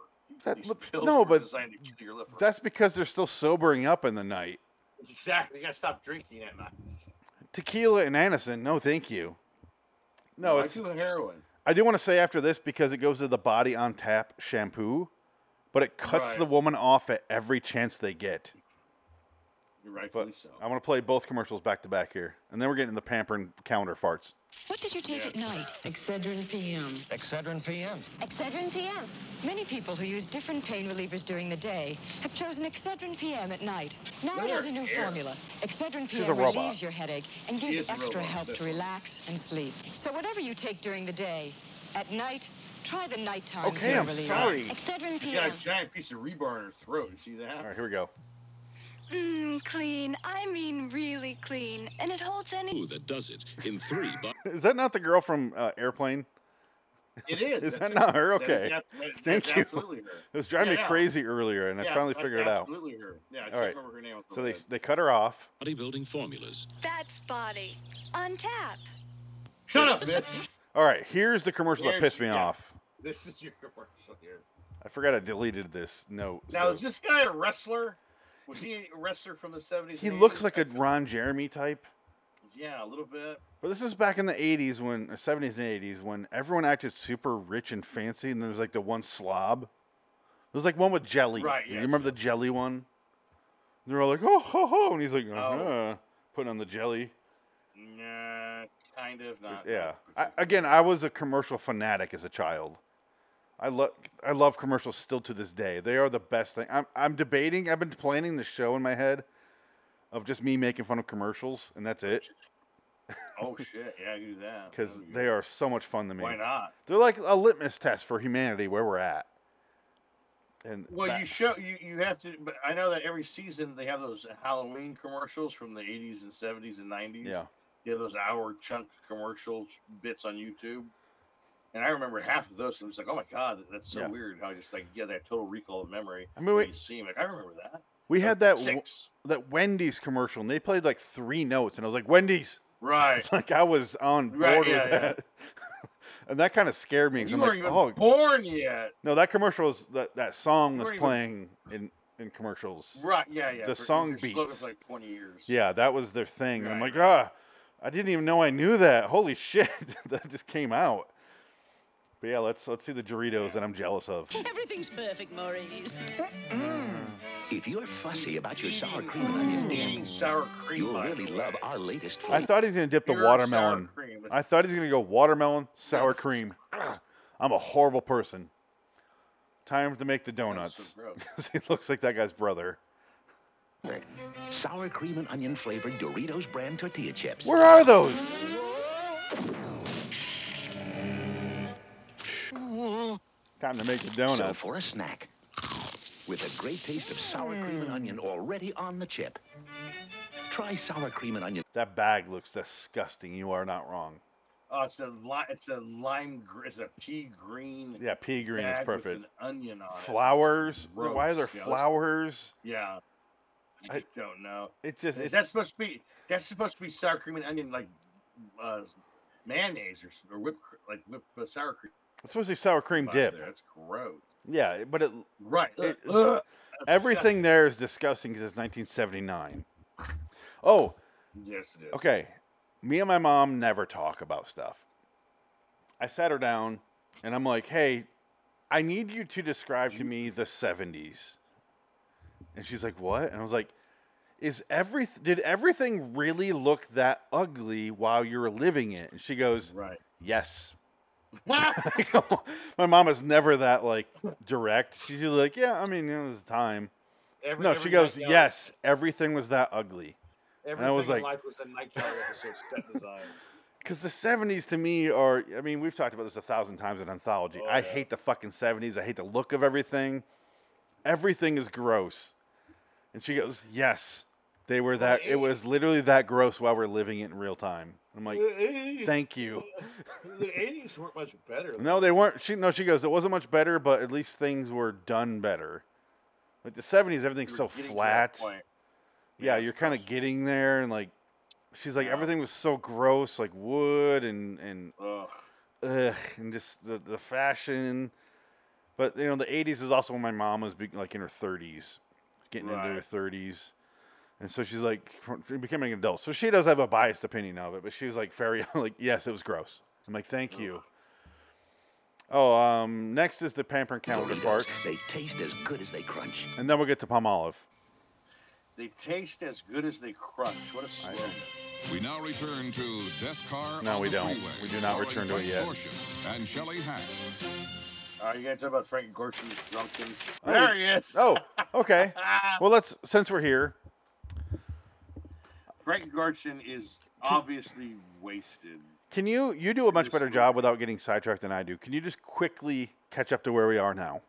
A: That-
B: These
A: look-
B: pills
A: no,
B: were
A: but
B: designed to kill your liver.
A: That's because they're still sobering up in the night.
C: Exactly. You gotta stop drinking at night.
A: Tequila and Anison, no, thank you. No,
B: I
A: it's.
B: do heroin.
A: I do want to say after this because it goes to the body on tap shampoo, but it cuts
B: Right.
A: the woman off at every chance they get.
B: You're rightfully
A: But
B: so.
A: I want to play both commercials back to back here, and then we're getting the pampering calendar farts.
H: What did you take at
B: Yes.
H: night? Excedrin PM.
I: Excedrin PM.
J: Excedrin PM.
H: Many people who use different pain relievers during the day have chosen Excedrin PM at night. Now
B: Look
H: it
B: at
H: has
B: her
H: a new
B: hair.
H: formula. Excedrin
A: She's a
H: PM
A: robot.
H: relieves your headache and
B: She is
H: gives
B: a
H: extra
B: robot,
H: help to
B: definitely.
H: relax and sleep. So whatever you take during the day, at night Try the nighttime.
A: Okay,
H: pain
A: I'm
H: reliever.
A: sorry.
H: Excedrin
B: She's
H: PM.
B: got a giant piece of rebar in her throat. You see that?
A: All right, here we go.
K: Mmm, clean. I mean, really clean. And it holds any.
L: Ooh, that does it in three. But
A: Is that not the girl from uh, Airplane?
B: It is.
A: Is
B: That's
A: that not
B: her.
A: her?
B: That is
A: Okay.
B: ab- that-
A: Thank
B: that's
A: you.
B: absolutely her.
A: It was driving
B: Yeah,
A: me
B: yeah.
A: crazy earlier, and I
B: Yeah,
A: finally
B: that's
A: figured it out.
B: Absolutely her. Yeah, I can't
A: All right.
B: remember her name. off the
A: So
B: top
A: they,
B: of my head.
A: they cut her off.
L: bodybuilding formulas.
K: That's body. On tap.
B: Shut up, bitch.
A: All right, here's the commercial that
B: Here's-
A: pissed me
B: yeah.
A: off.
C: This is your commercial here.
A: I forgot I deleted this note.
B: Now
A: so-
B: is this guy a wrestler? Was he a wrestler from the seventies?
A: he looks like a Ron Jeremy type.
B: yeah, a little bit.
A: But this is back in the 80s when, or 70s and 80s, when everyone acted super rich and fancy, and there was like the one slob. There's like one with jelly.
B: Right,
A: You
B: yes,
A: remember the jelly one? And they're all like, oh, ho, ho. And he's like, uh huh. Putting on the jelly.
B: Nah, kind of not.
A: Yeah. I, again, I was a commercial fanatic as a child. I love I love commercials still to this day. They are the best thing. I'm I'm debating. I've been planning the show in my head of just me making fun of commercials, and that's it
B: Oh shit! Yeah, I do that.
A: because
B: Oh, yeah.
A: they are so much fun to me.
B: Why not?
A: They're like a litmus test for humanity where we're at. And
B: Well,
A: that-
B: you show you you have to. But I know that every season they have those Halloween commercials from the eighties and seventies and nineties.
A: Yeah.
B: they have those hour chunk commercial bits on YouTube. And I remember half of those, and it's like, "Oh my god, that's so
A: Yeah.
B: weird!" How I just like, yeah, that total recall of memory.
A: I mean, we-
B: when you see 'em, like, I remember that.
A: we had that w-
B: six,
A: that Wendy's commercial, and they played like three notes, and I was like, Wendy's.
B: right?
A: Like I was on board
B: Right,
A: with
B: yeah, yeah.
A: that, and that kind of scared me. 'cause
B: You
A: I'm
B: weren't
A: like,
B: even
A: oh,
B: born yet,
A: No, that commercial was that, that song was
B: weren't even-
A: playing in in commercials.
B: right? Yeah, yeah.
A: The
B: for-
A: song
B: their slogan
A: beats.
B: for like twenty years.
A: Yeah, that was their thing. I'm
B: Right.
A: like, ah, I didn't even know I knew that. Holy shit, that just came out. But yeah, let's let's see the Doritos that I'm jealous of.
M: Everything's perfect, Maurice.
G: If you're fussy about your sour cream and onion dip,
B: sour cream.
G: you'll really love our latest
A: I
G: flavor.
A: thought he's gonna dip the
B: Pure sour
A: watermelon.
B: cream.
A: I thought he's gonna go watermelon sour cream. I'm a horrible person. Time to make the donuts.
G: gross.
A: 'Cause he looks like that guy's brother.
G: Sour cream and onion flavored Doritos brand tortilla chips.
A: Where are those? Time to make the
G: So
A: donuts.
G: for a snack, with a great taste of sour cream and onion already on the chip. Try sour cream and onion.
A: That bag looks disgusting. You are not wrong.
B: Oh, it's a lime. It's a lime. gr- It's a pea green.
A: Yeah, pea green is
B: bag with
A: perfect.
B: An onion on it.
A: Flowers. Why are there
B: Gross, yeah, that's-
A: flowers?
B: Yeah. I, don't know.
A: It just
B: is
A: it's,
B: that supposed to be? That's supposed to be sour cream and onion, like uh, mayonnaise or, s- or whipped, cr- like whipped uh, sour cream.
A: it's supposed to be sour cream
B: on
A: dip.
B: There. That's gross.
A: Yeah, but it,
B: Right.
A: it-
B: Ugh, ugh,
A: everything there is disgusting because it's 1979. Oh,
B: Yes, it is.
A: okay. Me and my mom never talk about stuff. I sat her down and I'm like, hey, I need you to describe to me the 70s. And she's like, what? And I was like, is every did everything really look that ugly while you were living it? And she goes,
B: Right.
A: yes. I go, my mom is never that like direct. She's usually like, yeah, I mean, it was time.
C: Every-
A: no, she
C: every
A: goes,
C: night out.
A: yes, everything was that ugly.
C: Everything
A: and I was
C: in
A: like,
C: life was a nightgown episode set design.
A: Because the 70s to me are, I mean, we've talked about this a thousand times in anthology.
B: Oh,
A: I hate the fucking 70s. I hate the look of everything. Everything is gross. And she goes, Yes, they were that, it was literally that gross while we're living it in real time. I'm like, Thank you.
C: The eighties weren't much better.
A: No, they weren't. She, no, she goes, It wasn't much better, but at least things were done better. Like the 70s, everything's
B: We're
A: so
B: getting to that
A: flat.
B: point.
A: yeah, you're kind of getting there. And like, she's like, Everything was so gross, like wood and, and,
B: Ugh.
A: ugh, and just the, the fashion. But you know, the '80s is also when my mom was be, like in her 30s, getting into
B: Right.
A: her 30s, and so she's like from- from becoming an adult. So she does have a biased opinion of it, but she was like very like, yes, it was gross. I'm like, thank you. Oh, um, next is the pampering calendar
G: Doritos,
A: farts,
G: they taste as good as they crunch.
A: and then we'll get to palm olive.
B: They taste as good as they crunch. What a slogan.
N: We now return to Death Car.
A: No,
N: on
A: we
N: the
A: don't.
N: Freeway,
A: We do not
N: starring
A: return to it
N: Frank
A: yet.
N: Gorshin And Shelley Hack.
B: Are you gonna talk about Frank Gorshin's drunken?
A: I
B: There
A: didn't-
B: he is.
A: Oh, okay. well, let's since we're here,
B: Frank Gorshin is obviously wasted.
A: Can you you do a much better job without getting sidetracked than I do? Can you just quickly catch up to where we are now?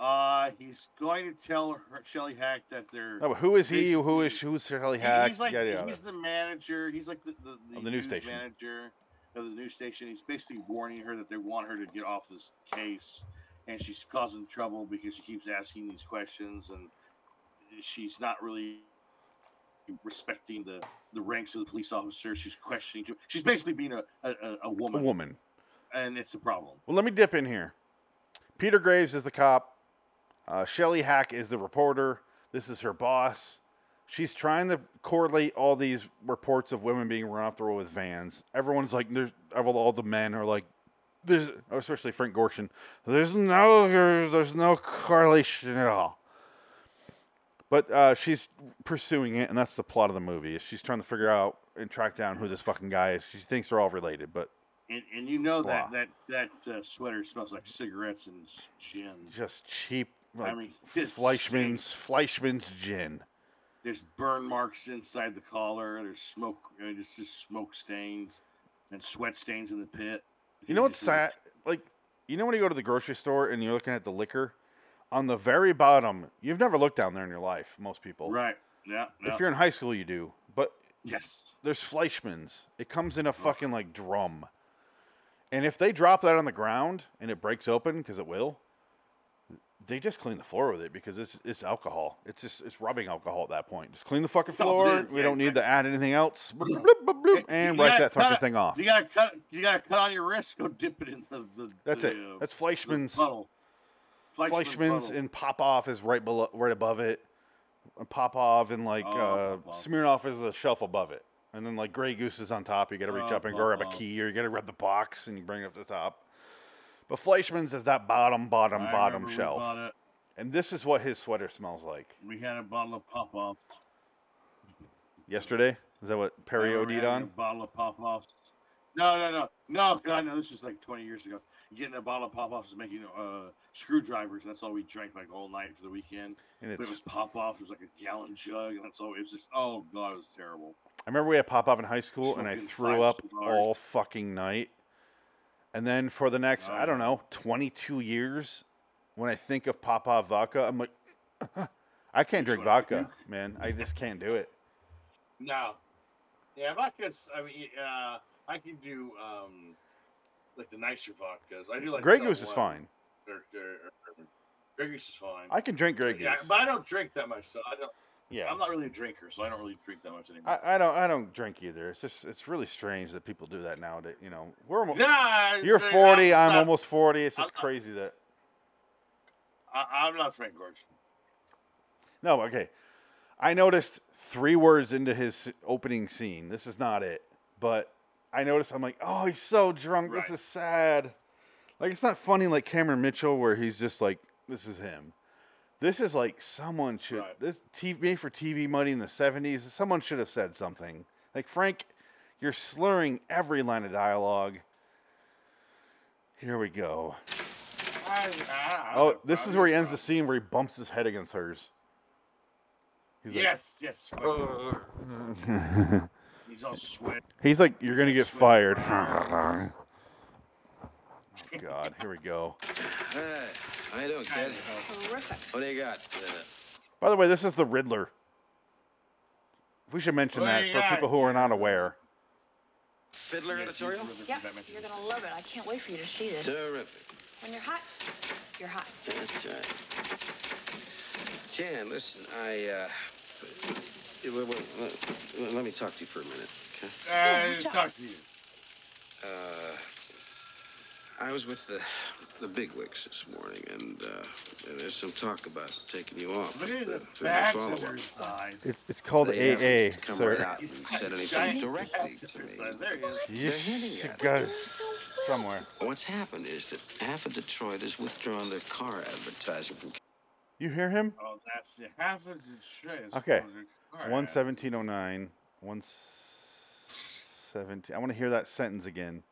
B: Uh, he's going to tell her, Shelly Hack that they're.
C: Oh,
A: No, but who is he? Who is who's Charlie Hack?
B: He's like
A: yada, yada.
B: he's the manager. He's like the the,
A: Of the news station.
B: manager of the news station. He's basically warning her that they want her to get off this case, and she's causing trouble because she keeps asking these questions, and she's not really respecting the the ranks of the police officers. She's questioning. too- She's basically being a a, a, a
A: a
B: woman,
A: woman.
B: and it's a problem.
A: Well, let me dip in here. Peter Graves is the cop. Uh, Shelly Hack is the reporter. This is her boss. She's trying to correlate all these reports of women being run off the road with vans. Everyone's like, there's, all the men are like, there's, oh, especially Frank Gorshin, there's no, there's no correlation at all. But uh, she's pursuing it, and that's the plot of the movie. Is she's trying to figure out and track down who this fucking guy is. She thinks they're all related, but
B: And, and you know
A: Blah.
B: that that that uh, sweater smells like cigarettes and s- gin.
A: just cheap like
B: I mean, this
A: Fleischmann's Fleischmann's gin.
B: There's burn marks inside the collar. There's smoke. I mean, it's just smoke stains and sweat stains in the pit.
A: You know what's sad? Like you know when you go to the grocery store and you're looking at the liquor, on the very bottom, you've never looked down there in your life. Most people,
B: Right. Yeah. yeah.
A: If you're in high school, you do. But
B: yes,
A: there's Fleischmann's. It comes in a fucking like drum, and if they drop that on the ground and it breaks open because it will, they just clean the floor with it because it's it's alcohol. It's just it's rubbing alcohol at that point. Just clean the fucking
B: That's all
A: floor.
B: it is,
A: we
B: yeah,
A: don't need to add anything else. Bloop, bloop, bloop, bloop, and
B: You
A: wipe
B: gotta
A: that fucking
B: cut it-
A: thing off.
B: You gotta cut. You gotta cut on your wrist. Go dip it in the. the
A: That's
B: the,
A: it.
B: uh,
A: That's
B: the
A: Fleischmann's.
B: puddle. Fleischmann
A: Fleischmann's
B: puddle.
A: and Popoff is right below, right above it. And Popov and like
B: Oh,
A: uh,
B: Popov.
A: Smirnoff is the shelf above it, and then like Grey Goose is on top. You got to reach
B: Oh,
A: up and grab a
B: Popov.
A: key, or you got to grab the box and you bring it up to the top. But Fleischmann's is that bottom, bottom,
B: I
A: bottom
B: remember we
A: shelf,
B: bought it.
A: and this is what his sweater smells like.
B: We had a bottle of pop off.
A: Yesterday, is that what Perry
B: Remember
A: OD'd
B: having
A: on?
B: A bottle of pop offs. No, no, no, no. God, no. This was like 20 years ago. Getting a bottle of pop offs and making uh, screwdrivers. That's all we drank like all night for the weekend.
A: And
B: but it
A: it's-
B: was pop offs. It was like a gallon jug, and that's all. It was just oh god, it was terrible.
A: I remember we had pop up in high school and I
B: Smoking
A: threw
B: five
A: up
B: cigars.
A: all fucking night. And then for the next, I don't know, 22 years, when I think of Popov vodka, I'm like, I can't drink vodka, man. I just can't do it.
C: No. Yeah, vodka's. I mean, uh, I can do um, like the nicer vodkas. I do like
A: Grey
C: the
A: Goose is
C: one-
A: fine.
C: Or, or, or- or- Grey Goose is fine.
A: I can drink Grey
C: Yeah,
A: Goose.
C: but I don't drink that much. So I don't.
A: Yeah.
C: I'm not really a drinker, so I don't really drink that much anymore.
A: I, I don't. I don't drink either. It's just. It's really strange that people do that nowadays. You know, we're almost.
C: Nah,
A: you're
C: it's like,
A: 40.
C: I'm
A: I'm
C: not-
A: almost 40. It's
C: I'm
A: just crazy that
C: I, I'm not Frank Gorge.
A: No, okay. I noticed three words into his opening scene. This is not it. But I noticed, I'm like, oh, he's so drunk.
B: Right.
A: This is sad. Like, it's not funny like Cameron Mitchell, where he's just like, this is him. This is like someone should, this TV, made for TV money in the 70s, someone should have said something. Like, Frank, you're slurring every line of dialogue. Here we go.
C: I, I, I,
A: Oh, this is where he ends the scene where he bumps his head against hers. He's like,
B: yes, yes. He's all sweat.
A: He's like, you're gonna get
B: sweat.
A: fired. oh, God, here we go.
O: Hey, how you doing, kid?
H: Terrific.
O: What do you got? Uh,
A: By the way, this is the Riddler. We should mention
O: What do
A: that
O: you
A: for
O: got?
A: people who are not aware.
O: Fiddler editorial?
H: Yep, you're gonna love it. I can't wait for you to see this.
O: Terrific.
H: When you're hot, you're hot.
O: That's right. Jan, listen, I, uh. Let, let me talk to you for a minute, okay?
B: Uh, talk to you.
O: Uh, I was with the, the bigwigs this morning, and, uh, and there's some talk about taking you off.
B: Look at
O: uh,
B: the
O: for your
B: bags
O: follow-up.
B: under his eyes.
A: It's, it's called
O: They
A: AA,
O: haven't come right
A: sir.
O: out and said anything
B: Giant
O: directly
B: bags
O: to
B: under his
O: me.
B: eyes. There he is.
A: You
O: They're hinting
A: should
O: at it.
A: go somewhere.
O: What's happened is that half of Detroit has withdrawn their car advertising from.
A: You hear him?
B: Oh, that's the half of the shit.
A: Okay. One seventeen oh nine. One seventeen. I want to hear that sentence again.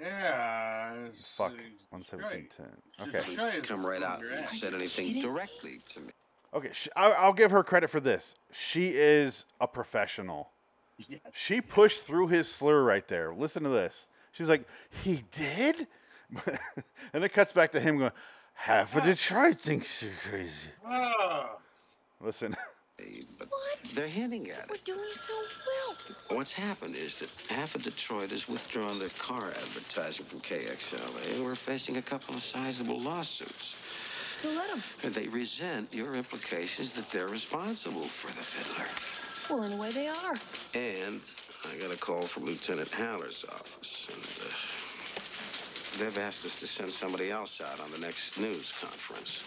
B: Yeah. it's,
A: Fuck.
B: uh,
A: One
B: straight.
A: seventeen ten.
B: Just
A: Okay.
B: straight as
O: Come right out and
B: direct.
O: said anything directly to me.
A: Okay, sh- I, I'll give her credit for this. She is a professional. She pushed through his slur right there. Listen to this. She's like, he did? and it cuts back to him going, half of Detroit thinks you're crazy. Listen,
O: But They're hinting at it.
J: We're doing so well.
O: What's happened is that half of Detroit has withdrawn their car advertising from KXLA, and we're facing a couple of sizable lawsuits.
H: So let them.
O: And they resent your implications that they're responsible for the fiddler.
H: Well, anyway, they are.
O: And I got a call from Lieutenant Haller's office, and uh, they've asked us to send somebody else out on the next news conference.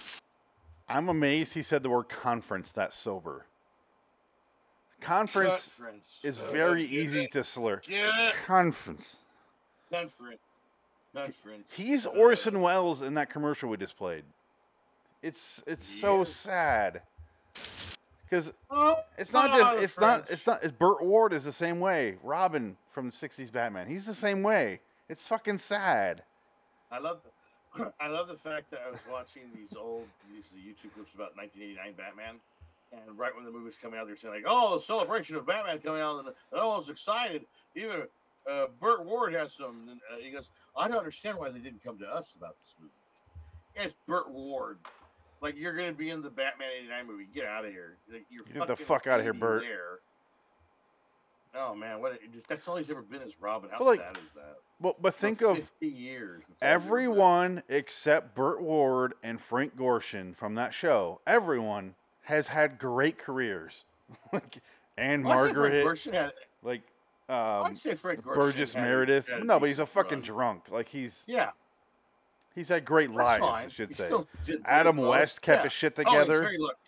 A: I'm amazed he said the word conference that sober. Conference
B: Conference.
A: is
B: Uh,
A: very
B: get
A: easy
B: it.
A: to slur.
B: Get it.
A: Conference.
B: Conference. Conference.
A: He's
B: Uh,
A: Orson Welles in that commercial we just played. It's it's so sad. Cuz it's not just it's not it's not it's Burt Ward is the same way. Robin from 60s Batman. He's the same way. It's fucking sad.
B: I love the, I love the fact that I was watching these old these YouTube clips about 1989 Batman, and right when the movie was coming out, they were saying like, "Oh, the celebration of Batman coming out!" And everyone's excited. Even uh, Burt Ward has some. And, uh, he goes, "I don't understand why they didn't come to us about this movie." It's Burt Ward. Like you're gonna be in the Batman '89 movie. Get out of here. Like, you're
A: Get the
B: fucking
A: fuck outta here,
B: already
A: Burt.
B: there. Oh man, what? A, just, that's all he's ever been is Robin. How
A: But, like,
B: sad is that?
A: But but
B: For
A: think of
B: 50 years. uh, that's all he's ever been.
A: Everyone except Burt Ward and Frank Gorshin from that show, everyone has had great careers. like and
B: Well, I'd say Frank
A: Margaret,
B: Gorshin had-
A: like um,
B: I'd say Frank Gorshin
A: Burgess
B: had-
A: Meredith.
B: had a
A: no, but he's a
B: decent run.
A: fucking drunk. Like he's
B: Yeah.
A: he's had great
B: That's
A: lives, I
B: fine.
A: should
B: He
A: say.
B: still did
A: Adam
B: really well.
A: West kept
B: Yeah.
A: his shit
B: Oh, he's
A: together.
B: very lucky.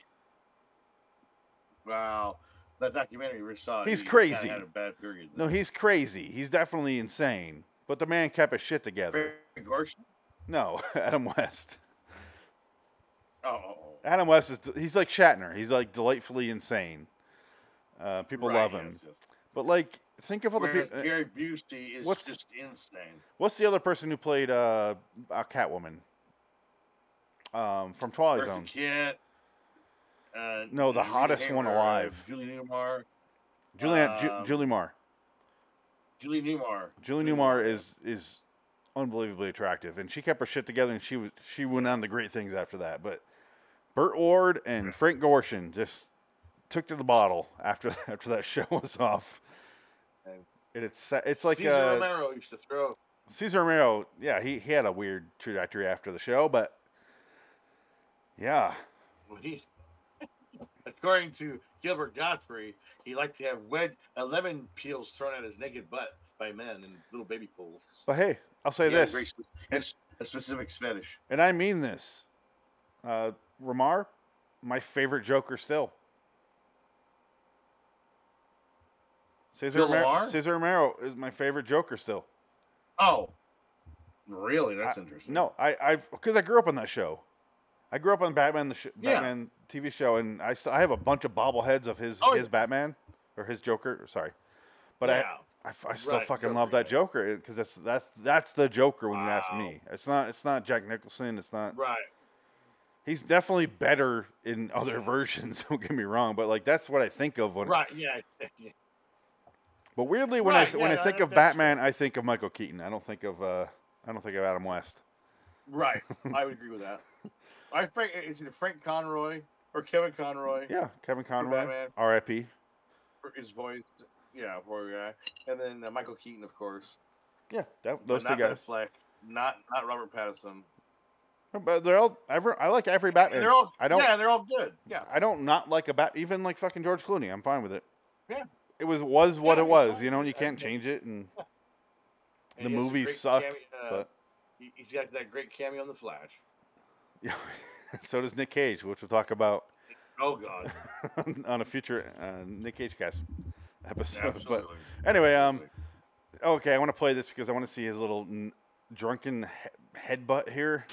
B: Wow, that documentary we saw.
A: He's
B: he kinda
A: crazy.
B: Had a bad period.
A: no, he's crazy. He's definitely insane. But the man kept his shit together.
B: Frank Gorshin.
A: No, Adam West.
B: Oh, oh, oh.
A: Adam West is he's like Shatner. He's like delightfully insane. Uh, people
B: Right,
A: love
B: yes,
A: him.
B: yes.
A: But like, think of all the
B: Whereas
A: people.
B: Gary Busey is
A: what's-
B: just insane.
A: What's the other person who played uh, uh Catwoman? Um, from Twilight
B: Bertha
A: Zone.
B: Kitt. Uh,
A: No, the
B: Rita
A: hottest one
B: Hayworth,
A: alive.
B: Julie Newmar.
A: Julian Ju-
B: um,
A: Julie Marr.
B: Julie Newmar.
A: Julie Newmar is is unbelievably attractive, and she kept her shit together, and she was she went on to great things after that. But Burt Ward and Frank Gorshin just took to the bottle after after that show was off. And it's sa- it's like
C: Cesar
A: uh,
C: Romero used to throw.
A: Cesar Romero, yeah, he, he had a weird trajectory after the show, but yeah,
C: He- According to Gilbert Godfrey, he liked to have wed uh, lemon peels thrown at his naked butt by men in little baby pools.
A: But hey, I'll say
C: He had a
A: this,
C: great spe-
B: It's a specific fetish.
A: and I mean this. Uh, Ramar, my favorite Joker still. Cesar
B: Phil
A: Romero,
B: Lamar?
A: Cesar Romero is my favorite Joker still.
B: Oh, really? That's
A: I-
B: interesting.
A: No, I I because I grew up on that show. I grew up on Batman the sh-
B: Yeah.
A: Batman TV show, and I still I have a bunch of bobbleheads of his
B: Oh,
A: his
B: yeah.
A: Batman or his Joker. Sorry, but
B: Yeah.
A: I, I f- I still
B: Right,
A: fucking
B: Joker,
A: love that Joker because that's that's that's the Joker when you ask me. It's not it's not Jack Nicholson. It's not
C: right.
A: He's definitely better in other versions. Don't get me wrong, but like that's what I think of when.
C: Right, yeah.
A: But weirdly, when I
C: Right,
A: th- when
C: yeah,
A: I
C: no,
A: think
C: that-
A: of
C: that's
A: Batman, I think of Michael Keaton. I don't think of uh I don't think of Adam West.
C: Right. I would agree with that. I think it's either Frank Conroy or Kevin Conroy.
A: Yeah, Kevin
C: for
A: Conroy,
C: Batman,
A: R.I.P.
C: for his voice. Yeah, poor guy. And then uh, Michael Keaton, of course.
A: Yeah, that,
C: But
A: those two
C: not Ben
A: guys.
C: Affleck, not not Robert Pattinson.
A: But they're all every, I like every Batman.
C: They're all
A: I don't
C: Yeah, they're all good. Yeah,
A: I don't not like a bat even like fucking George Clooney. I'm fine with it.
C: yeah.
A: It was was what
C: Yeah,
A: it
C: he's
A: was,
C: fine.
A: you know, and you
C: I
A: can't
C: think-
A: change it and
C: And he
A: the
C: has a
A: movies
C: great
A: suck.
C: cameo- uh,
A: but
C: he- he's got that great cameo on the Flash.
A: yeah. so does Nick Cage, which we'll talk about
C: Oh God.
A: on a future uh, Nick Cage cast episode.
C: Absolutely.
A: But anyway, um okay, I want to play this because I want to see his little n- drunken he- headbutt here.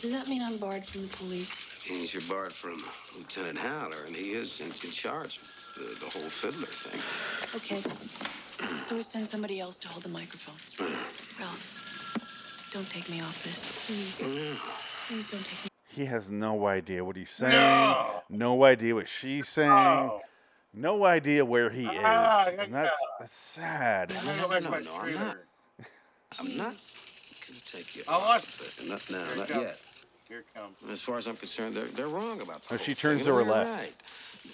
P: Does that mean I'm barred from the police?
O: He's your bard from Lieutenant Haller, and he is in, in charge of the, the whole fiddler thing.
P: Okay. So we send somebody else to hold the microphones. Ralph, don't take me off this. Please.
Q: Oh,
P: Please don't take me.
A: He has no idea what he's saying. No,
P: No.
B: Oh,
A: idea what she's saying. No, No idea where he is.
B: Ah, yeah,
A: and that's,
B: yeah.
A: that's sad.
B: I'm gonna go back to my trailer.
O: I'm not gonna take you.
B: I lost
O: off, but Not, no,
B: Here it
O: not
B: comes.
O: yet.
B: Here it comes.
O: As far as I'm concerned, they're, they're wrong about the
A: No, Oh, she
O: whole
A: turns
O: thing.
A: to her
O: They're
A: left.
O: right.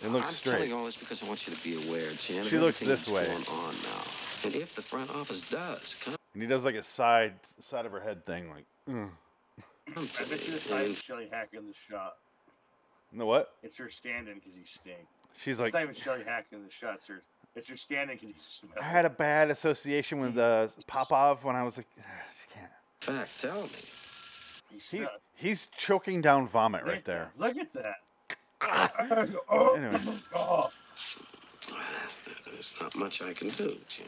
A: It looks
O: I'm
A: straight.
O: telling all this because I want you to be aware, Jan. of
A: She looks
O: everything
A: this
O: that's
A: way.
O: Going on now. And if the front office does come
A: And he does like a side side of her head thing, like, mm.
B: I bet you it's not even Shelly Hack in the shot.
A: you know what?
B: It's her standing because he's stinks.
A: She's
B: it's
A: like,
B: not even Shelly Hack in the shot. It's her, it's her standing because he's smelly.
A: I had a bad association with uh, Popov when I was like,
O: back, tell me.
A: he, he's choking down vomit right there.
B: Look at that.
A: Anyway,
B: Oh,
O: There's not much I can do, Jan.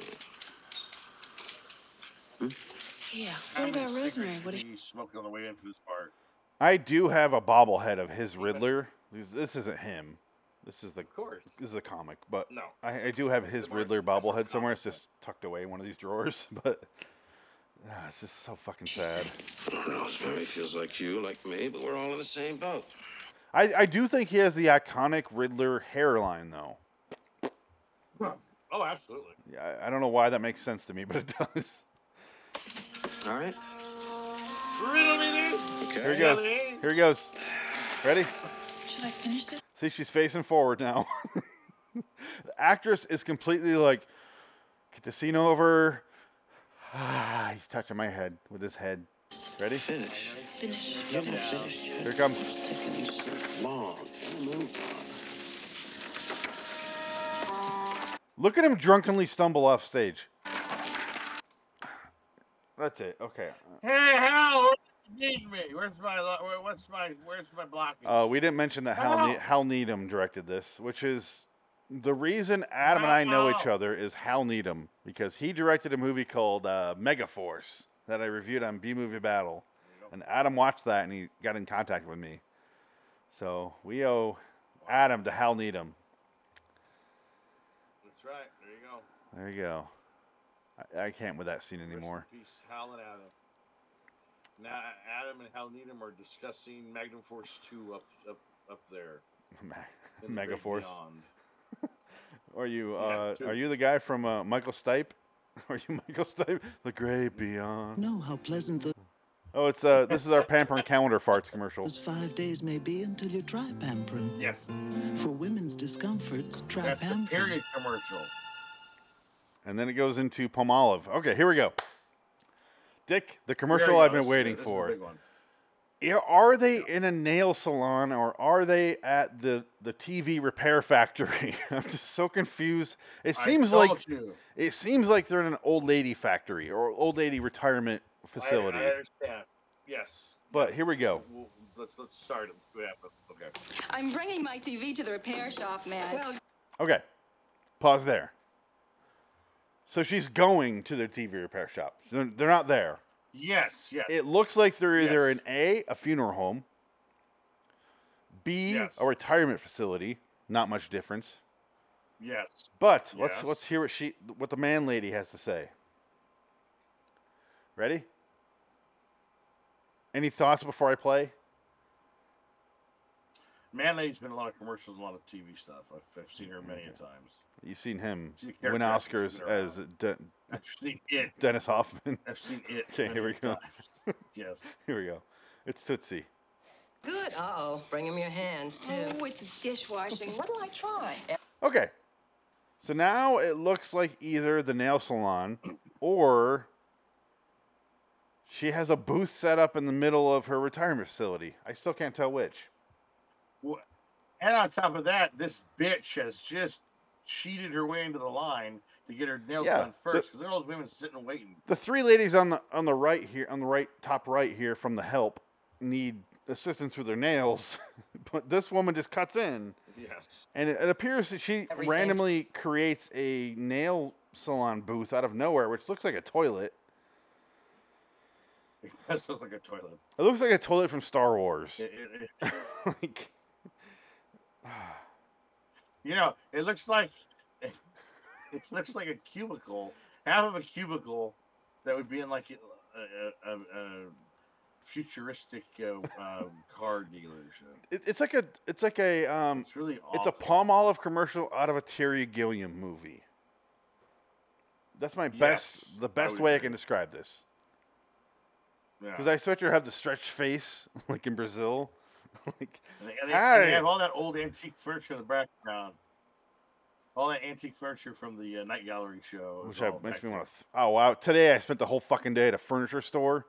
P: Yeah.
B: how
P: What
B: many
P: about Rosemary?
B: cigarettes
P: What
B: did
P: if
B: he smoke on the way in for this part?
A: I do have a bobblehead of his Riddler. This- This isn't him. This is the of
C: course.
A: This is a comic, but
C: No.
A: I, I do have
C: That's
A: his
C: the mark-
A: Riddler
C: that's
A: bobblehead somewhere. It's just tucked away in one of these drawers. But ah, it's just so fucking sad.
O: Rosemary feels like you, like me, but we're all in the same boat.
A: I, I do think he has the iconic Riddler hairline though.
C: Oh, absolutely.
A: Yeah, I- I don't know why that makes sense to me, but it does.
O: All right.
C: Riddle me this.
O: Okay.
A: Here he goes. Here he goes. Ready?
P: should I finish this?
A: See, she's facing forward now. the actress is completely like, get the scene over. Ah, he's touching my head with his head. Ready?
O: Finish.
P: Finish.
O: You're not finished yet.
A: Here it comes.
O: It's taking you so long. Move on.
A: Look at him drunkenly stumble off stage. That's it. Okay.
B: Hey, Hal, where do you need me? Where's my, lo- where, what's my, where's my blocking?
A: Uh, we didn't mention that Hal, ne-
B: Ow.
A: Hal Needham directed this, which is the reason Adam and I know each other is Hal Needham because he directed a movie called uh, Megaforce that I reviewed on B Movie Battle, and Adam watched that and he got in contact with me. So we owe Adam to Hal Needham.
C: That's right. There you go.
A: There you go. I, I can't with that scene anymore.
C: Peace, Hal and Adam. Now Adam and Hal Needham are discussing Magnum Force Two up up up there. in the great
A: Megaforce.
C: beyond.
A: Are you
C: Yeah,
A: uh,
C: two.
A: are you the guy from uh, Michael Stipe? Are you Michael Stipe? The Great Beyond.
R: Know how pleasant the,
A: Oh, it's uh, this is our pampering calendar farts commercial.
R: those five days may be until you try Pamprin.
B: Yes.
R: For women's discomforts, try
B: That's the
R: Pamprin.
B: period commercial.
A: And then it goes into palm olive. Okay, here we go. Dick, the
B: There
A: commercial
B: you
A: I've
B: go.
A: been
B: This is-
A: waiting
B: this is the
A: for.
B: big one.
A: Yeah, Are they in a nail salon or are they at the, the TV repair factory? I'm just so confused. It
B: I
A: seems
B: told
A: like
B: you.
A: it seems like they're in an old lady factory or old lady retirement facility. Oh.
C: I, I understand. Yes.
A: but here we go.
C: Well, let's let's start it. Yeah, but- okay.
J: I'm bringing my TV to the repair shop, man. Well,
A: Okay. Pause there. So she's going to their TV repair shop. They're, they're not there.
B: Yes, yes.
A: It looks like they're either in A, a funeral home, B,
B: Yes.
A: a retirement facility. Not much difference.
B: Yes.
A: But let's
B: Yes.
A: let's hear what she what the man lady has to say. Ready? Any thoughts before I play?
B: Man Lady's been in a lot of commercials, a lot of TV stuff. I've, I've seen her many a times.
A: You've seen him
B: She's a
A: win
B: character actress,
A: Oscars
B: been around.
A: as Den-
B: I've seen it.
A: Dennis Hoffman.
B: I've seen it
A: Okay, here we
B: many
A: go.
B: times. Yes.
A: Here we go. It's Tootsie.
Q: Good. Uh oh. Bring him your hands, too.
J: oh, it's dishwashing. What'll I try?
A: Okay. So now it looks like either the nail salon or she has a booth set up in the middle of her retirement facility. I still can't tell which.
B: Wha- And on top of that, this bitch has just cheated her way into the line to get her nails
A: Yeah,
B: done
A: the-
B: first because there are all those women sitting and waiting.
A: The three ladies on the on the right here, on the right top right here from the help need assistance with their nails, but this woman just cuts in.
C: Yes.
A: And it, it appears that she
C: Everything.
A: randomly creates a nail salon booth out of nowhere, which looks like a toilet.
B: That sounds like a toilet.
A: It looks like a toilet from Star Wars.
B: It- it- it-
A: like,
B: you know, it looks like it, looks like a cubicle, half of a cubicle that would be in like a, a, a, a, futuristic uh, um, car dealers.
A: It, it's like a it's like a um,
B: it's really
A: it's a
B: awful.
A: palm olive commercial out of a Terry Gilliam movie. That's my
B: Yes,
A: best the
B: I
A: best
B: would
A: way I
B: agree. Uh-huh.
A: can describe this
B: Yeah.
A: because I expect her to have the stretched face like in Brazil. like,
B: And they, and they- and they
A: "Hi."
B: have all that old antique furniture in the background. All that antique furniture from the uh, night gallery show.
A: Which I, makes me want to. oh wow! Today I spent the whole fucking day at a furniture store,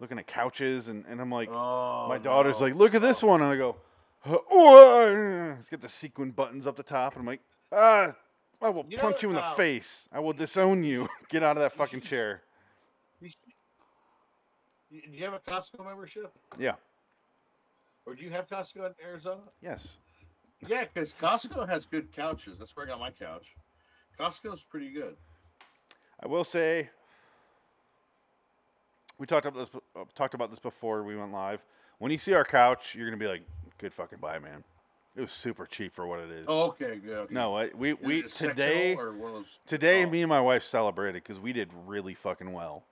A: looking at couches, and, and I'm like,
B: Oh,
A: my daughter's
B: no.
A: like, look at this one, and I go, oh, it's got the sequin buttons up the top, and I'm like, ah, I will
C: You know
A: punch
C: what-
A: you in the
C: oh.
A: face. I will disown you. Get out of that fucking chair.
C: You- Do you have a Costco membership,
A: Yeah.
C: or do you have Costco in Arizona?
A: Yes.
B: Yeah, because Costco has good couches. That's where I got my couch. Costco's pretty good.
A: I will say, we talked about this uh, talked about this before we went live. When you see our couch, you're gonna be like, "Good fucking buy, man." It was super cheap for what it is.
B: Oh, okay, good. Okay.
A: No, I, we
B: Is it
A: we
B: a sectional
A: today
B: or one of those- Oh.
A: today me and my wife celebrated because we did really fucking well,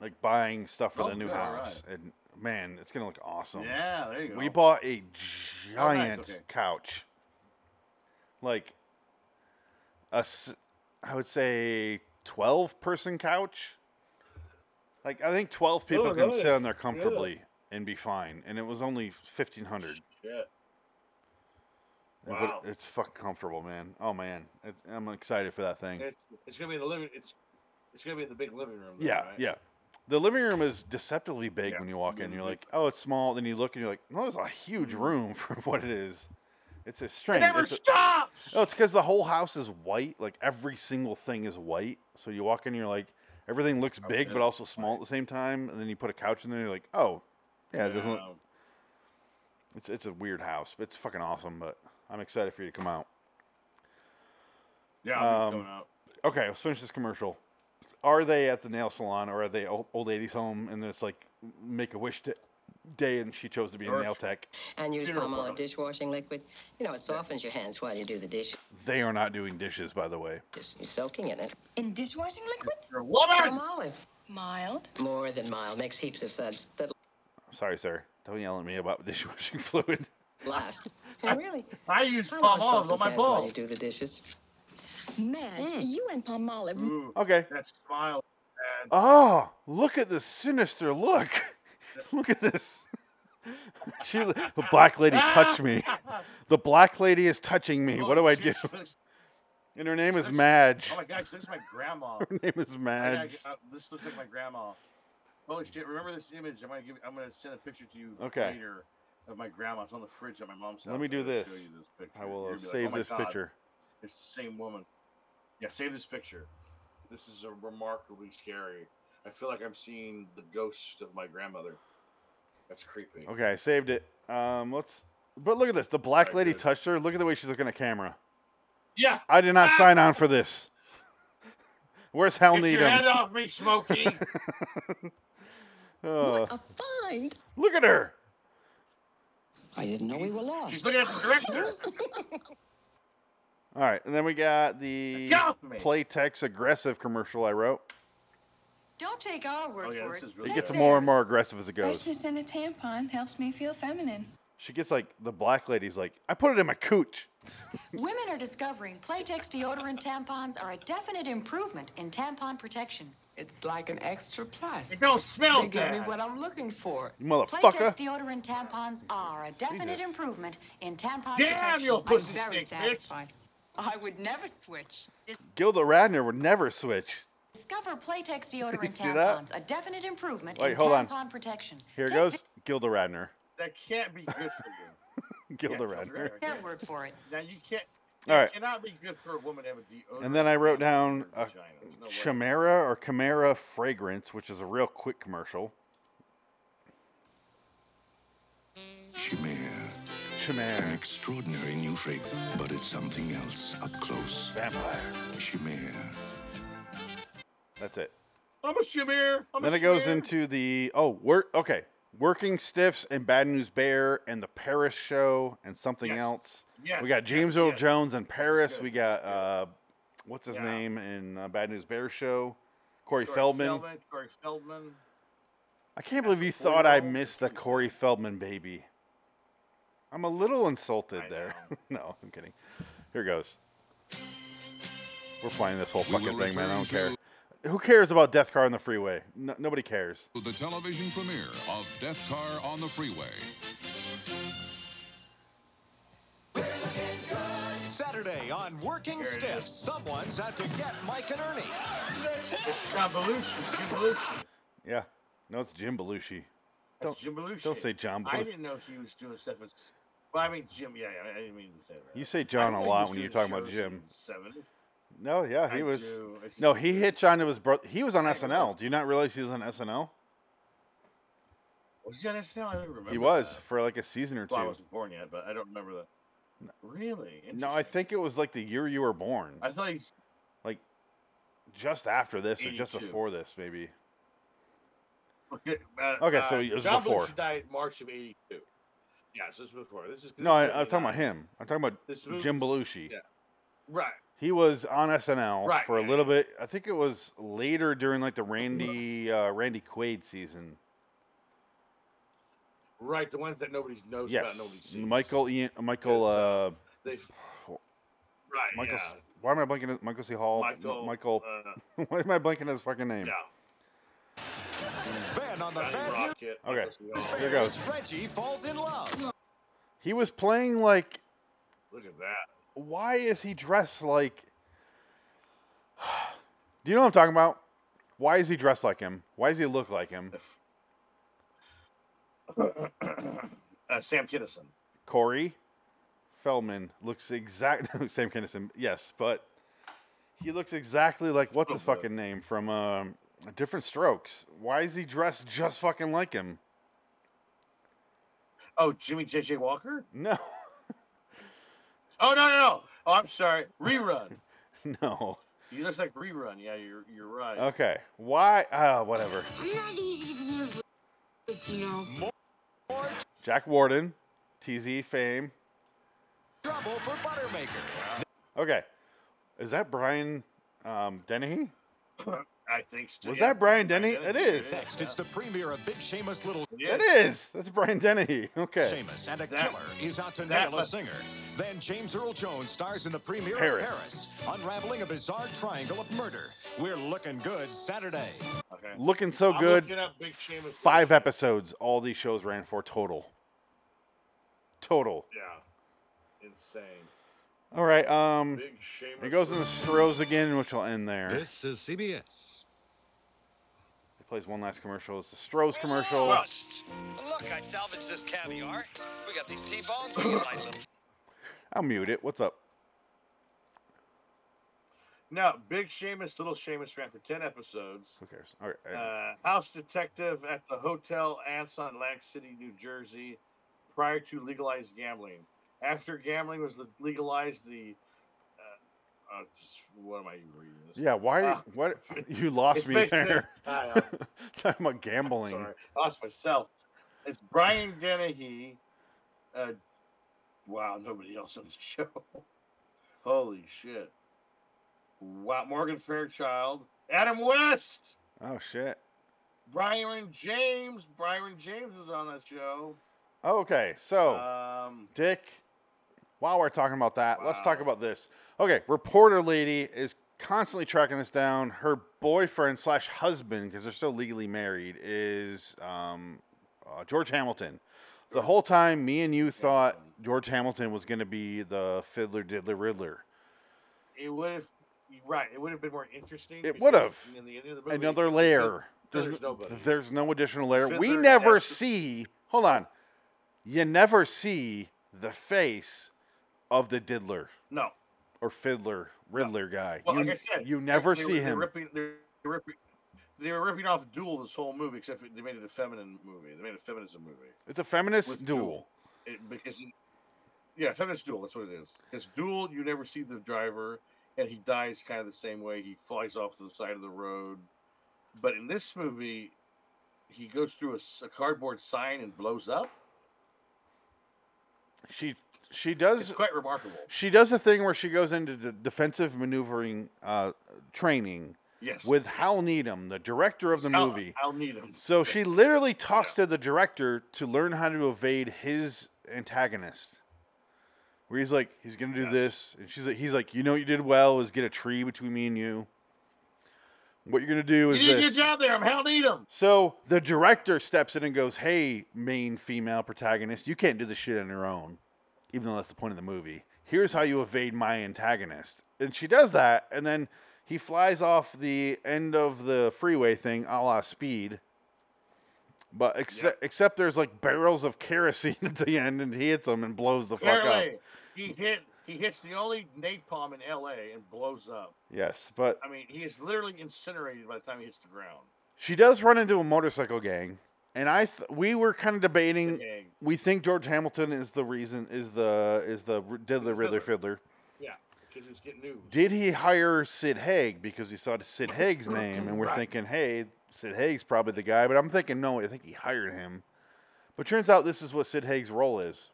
A: like buying stuff for
B: Oh,
A: the new
B: good, all
A: house. And man, it's gonna look awesome.
B: Yeah, there you
A: We
B: go.
A: bought a
B: Oh, nice,
A: giant
B: okay.
A: couch, like a s- I would say twelve person couch. Like I think twelve people
B: Oh,
A: can
B: nice.
A: sit on there
B: Yeah.
A: comfortably and be fine. And it was only fifteen hundred.
B: Yeah.
A: Wow. It's fucking comfortable, man. Oh man, it, I'm excited for that thing.
C: It's, it's gonna be in the living. It's it's gonna be in the big living room. though,
A: Yeah,
C: right?
A: yeah. The living room is deceptively big when you walk in.
C: Mm-hmm.
A: You're like, oh, it's small. Then you look and you're like, no, it's a huge room for what it is. It's a strange.
C: never
A: it's a-
C: stops!
A: No, it's because the whole house is white. Like every single thing is white. So you walk in, you're like, everything
C: Oh,
A: looks big but also small at the same time. And then you put a couch in there, you're like, oh, yeah, it doesn't.
B: Yeah.
A: Look... It's it's a weird house. but It's fucking awesome. But I'm excited for you to come out.
B: Yeah, I'm
A: Um,
B: going out.
A: Okay, let's finish this commercial. Are they at the nail salon or are they old, old lady's home and it's like make a wish da- day and she chose to be a
Q: Or
A: nail
Q: if-
A: tech?
Q: And use
A: Funeral
Q: palm
A: parlor.
Q: olive dishwashing liquid. You know, it softens your hands while you do the dish.
A: They are not doing dishes, by the way.
Q: You're soaking in it.
J: In dishwashing liquid?
A: You're a
Q: Palm olive.
J: Mild.
Q: More than mild. Makes heaps of suds that
A: Sorry, sir. Don't yell at me about dishwashing fluid.
Q: last. And really,
B: I use
Q: palm
B: palm
Q: olive
B: olive on
Q: softens
B: my
Q: hands while
B: balls.
Q: you do the dishes.
J: Madge, you and Palmolive.
A: Okay.
B: That smile. man.
A: Oh, look at this sinister look. look at this. she, the black lady touched me. The black lady is touching me. what do I do? And her name is
B: This-
A: Madge.
B: Oh my gosh, this is my grandma.
A: Her name is
B: I gotta
A: Madge.
B: get- uh, this looks like my grandma. Holy shit! Remember this image? I'm gonna give. I'm gonna send a picture to you
A: Okay.
B: later of my grandma. It's on the fridge at my mom's house.
A: Let me
B: I'm
A: do
B: gonna
A: this.
B: show you this picture.
A: I will uh,
B: You're gonna be like,
A: save
B: "Oh my
A: this
B: God,
A: picture.
B: It's the same woman. Yeah, save this picture. This is a remarkably scary. I feel like I'm seeing the ghost of my grandmother. That's creepy.
A: Okay, I saved it. Um, let's. But look at this. The black lady touched her. Look at the way she's looking at camera.
C: Yeah.
A: I did not sign on for this. Where's Hal
C: Get your head
A: Needham?
C: off me, Smokey.
A: Uh,
J: Find.
A: look at her.
R: I didn't know we were lost.
B: She's looking at the director.
A: All right, and then we got the
B: Get off me.
A: Playtex aggressive commercial I wrote.
J: Don't take
A: Oh,
J: our
B: Oh,
J: word for it.
A: It gets more and more aggressive as it goes.
K: Freshness in a tampon helps me feel feminine.
A: She gets like the black lady's like, I put it in my cooch.
H: Women are discovering Playtex deodorant tampons are a definite improvement in tampon protection.
S: It's like an extra plus.
H: It don't smell
S: They give me
H: bad.
S: what I'm looking for.
A: You motherfucker.
H: Playtex deodorant tampons are a definite
A: Jesus.
H: improvement in tampon
S: Damn,
H: protection.
S: you're a pussy
H: I'm very
S: snake, bitch.
H: satisfied. I would never switch.
A: Gilda Radner would never switch.
H: Discover Playtex deodorant
A: see that?
H: tampons, a definite improvement
A: Wait,
H: in
A: hold on.
H: tampon protection.
A: Here it
H: Take
A: goes. Gilda Radner.
B: That can't be good for you.
A: Gilda
B: Yeah, Gilda
A: Radner.
B: Radner.
H: their word for it.
B: Now you can't.
A: All right.
B: It cannot be good for a woman to have a deodorant.
A: And then I wrote down a
B: no way.
A: Chimera or Chimera fragrance, which is a real quick commercial.
G: Chimera.
A: Chimera.
G: An extraordinary new fragrance, but it's something else up close.
A: Vampire.
G: Chimera.
A: That's it.
B: I'm a Shamir. I'm
A: then
B: a
A: it goes
B: Shamir.
A: into the oh work okay working stiffs and bad news bear and the paris show and something
B: Yes.
A: else
B: Yes,
A: we got
B: yes,
A: james earl
B: yes.
A: jones and
B: This is
A: paris
B: good,
A: we
B: this is
A: got uh what's his name in uh, bad news bear show corey, feldman.
B: Corey Feldman.
A: i I can't believe you thought I missed the Corey Feldman baby. I'm a little insulted there. no, I'm kidding. Here goes. We're playing this whole
N: We will
A: fucking thing, man. I don't
N: return
A: care. Who cares about Death Car on the Freeway? No, nobody cares.
N: To the television premiere of Death Car on the Freeway.
T: Saturday on Working Stiff, someone's out to get Mike and Ernie.
B: It's John Belushi. Jim Belushi.
A: Yeah. No, it's Jim Belushi.
B: That's Jim Belushi.
A: don't say John
B: I
A: Belu-
B: didn't know he was doing stuff. With, well, I mean Jim. Yeah, yeah, I didn't mean to say that.
A: You say
B: I
A: John
B: know
A: a
B: he
A: lot
B: was
A: when you're
B: doing
A: talking about
B: shows
A: Jim.
B: in the 70s.
A: No, yeah, he
B: I
A: was.
B: do. It's
A: No,
B: just-
A: he hitched onto his brother. He was on SNL. Do you not realize he was on SNL?
B: Was he on SNL? I don't remember.
A: He was
B: that.
A: for like a season or two.
B: Well, I wasn't born yet, but I don't remember that. Really?
A: no, I think it was like the year you were born.
B: I thought he's
A: like just after this or just
B: 82.
A: before this, maybe.
B: Okay,
A: Okay,
B: uh,
A: so it was
C: John
A: before.
C: Belushi died March of '82. Yeah, so this is before. This is
A: No, I,
C: this is
A: I'm talking
C: 79.
A: about him. I'm talking about
C: This movie's-
A: Jim Belushi.
C: Yeah, right.
A: He was on SNL
C: Right,
A: for a
C: yeah,
A: little bit. I think it was later during like the Randy uh, Randy Quaid season.
C: Right, the ones that nobody knows
A: yes,
C: about, nobody's seen.
A: Michael Ian, Michael, uh,
C: They, right,
A: Michael.
C: yeah.
A: Why am I blanking? his- Michael C. Hall. M-
C: Michael,
B: uh,
A: Michael. why am I blanking his fucking name?
T: Ben on the
C: Johnny
T: bad news
C: Rocket.
A: Okay,
T: bears,
A: here goes.
T: Reggie falls in love.
A: He was playing like
C: Look at that.
A: why is he dressed like do you know what i'm talking about why is he dressed like him why does he look like him
B: uh, Sam Kinison.
A: corey feldman looks exactly sam Kinison, yes but he looks exactly like what's his fucking name from um, different strokes why is he dressed just fucking like him
B: Oh, Jimmy J.J. Walker?
A: no
B: Oh, no, no, no. Oh, I'm sorry. Rerun.
A: no
B: He looks like Rerun. Yeah, you're, you're right.
A: okay why ah whatever
J: I'm not easy to live with, you know.
A: jack warden tz fame
T: Trouble for Buttermaker.
A: okay is that brian um, dennehy
B: I think so.
A: Was
B: yeah.
A: that Brian Denny? It is.
T: Next, it's the premiere of Big Seamus Little.
A: It is. That's Brian Dennehy. Okay.
T: Seamus and a
A: That-
T: killer is out to
A: that
T: nail a
A: must-
T: singer. Then James Earl Jones stars in the premiere
A: Paris.
T: of Paris, unraveling a bizarre triangle of murder. We're looking good Saturday.
A: Looking so
T: I'm
A: good.
T: looking up Big Seamus
A: Five episodes. All these shows ran for total. Total.
C: Yeah, insane.
A: All right. Um,
C: Big Seamus
A: it goes in the Strohs again, which will end there. This
L: is CBS.
A: It plays one last commercial. It's the Strohs commercial.
T: Look, I salvaged this caviar. We got these T-bones. We can light a little.
A: I'll mute it. What's up?
B: Now, Big Seamus, Little Seamus ran for 10 episodes.
A: Who cares? All right.
B: Uh, house detective at the Hotel Anson, Lac City, New Jersey, prior to legalized gambling. After gambling was legalized, the. Uh, uh, just, what am I reading this?
A: Yeah. Why?
B: Uh,
A: what? You lost
B: it's
A: me
B: basically-
A: there.
B: I know.
A: Talking about gambling.
B: Sorry, I lost myself. It's Brian Dennehy. Uh, wow, nobody else on the show. Holy shit. Wow, Morgan Fairchild, Adam West,
A: Oh shit.
B: Byron James. Byron James was on that show.
A: Okay. So.
B: Um,
A: Dick, while we're talking about that, let's talk about this. Okay, reporter lady is constantly tracking this down. Her boyfriend slash husband, because they're still legally married, is um, uh, George Hamilton. The whole time, me and you thought George Hamilton was going to be the Fiddler Diddler Riddler.
B: it would have. Right, it would have been more interesting.
A: It
B: because
A: would have
B: in the end of the movie,
A: another
B: it's a-
A: layer. There's,
B: There's, nobody.
A: there's no additional layer. we
B: Fiddler
A: never
B: has to-
A: see. Hold on. You never see the face of the diddler.
B: No.
A: or fiddler, riddler guy.
B: Well,
A: you,
B: like I said,
A: you never
B: they were-
A: see
B: They're
A: him.
B: ripping, they're ripping, they were ripping off Duel this whole movie, except they made it a feminine movie. They made it a feminism movie.
A: it's a feminist
B: with
A: duel.
B: It, because, it- yeah, feminist duel. That's what it is. Because Duel, you never see the driver, and he dies kind of the same way. He flies off the side of the road. But in this movie, he goes through a, s- a cardboard sign and blows up.
A: She she
B: It's
A: does
B: quite remarkable.
A: she does a thing where she goes into the defensive maneuvering uh, training
B: Yes.
A: with Hal Needham, the director of the
B: I'll-
A: movie.
B: I'll need him.
A: So she literally talks to the director to learn how to evade his antagonist. Where he's like, he's gonna do this, and she's like, he's like, you know what you did well is get a tree between me and you. What you're gonna do
B: You
A: is
B: did a
A: this.
B: good job there. I'm Hal Needham.
A: So the director steps in and goes, "Hey, main female protagonist, you can't do this shit on your own, even though that's the point of the movie. Here's how you evade my antagonist." And she does that, and then he flies off the end of the freeway thing, a la Speed. But except except there's like barrels of kerosene at the end, and he hits them and blows the fuck up.
B: Clearly, he hit. He hits the only napalm in L.A. and blows up.
A: Yes, but
B: I mean, he is literally incinerated by the time he hits the ground.
A: She does run into a motorcycle gang, and I th- we were kind of debating. We think George Hamilton is the reason is the is the r- did the Riddler Fiddler.
C: Yeah, because he was getting new.
A: Did he hire Sid Haig because he saw Sid Haig's name, and we're
C: Right.
A: thinking, hey, Sid Haig's probably the guy. But I'm thinking, no, I think he hired him. But turns out this is what Sid Haig's role is.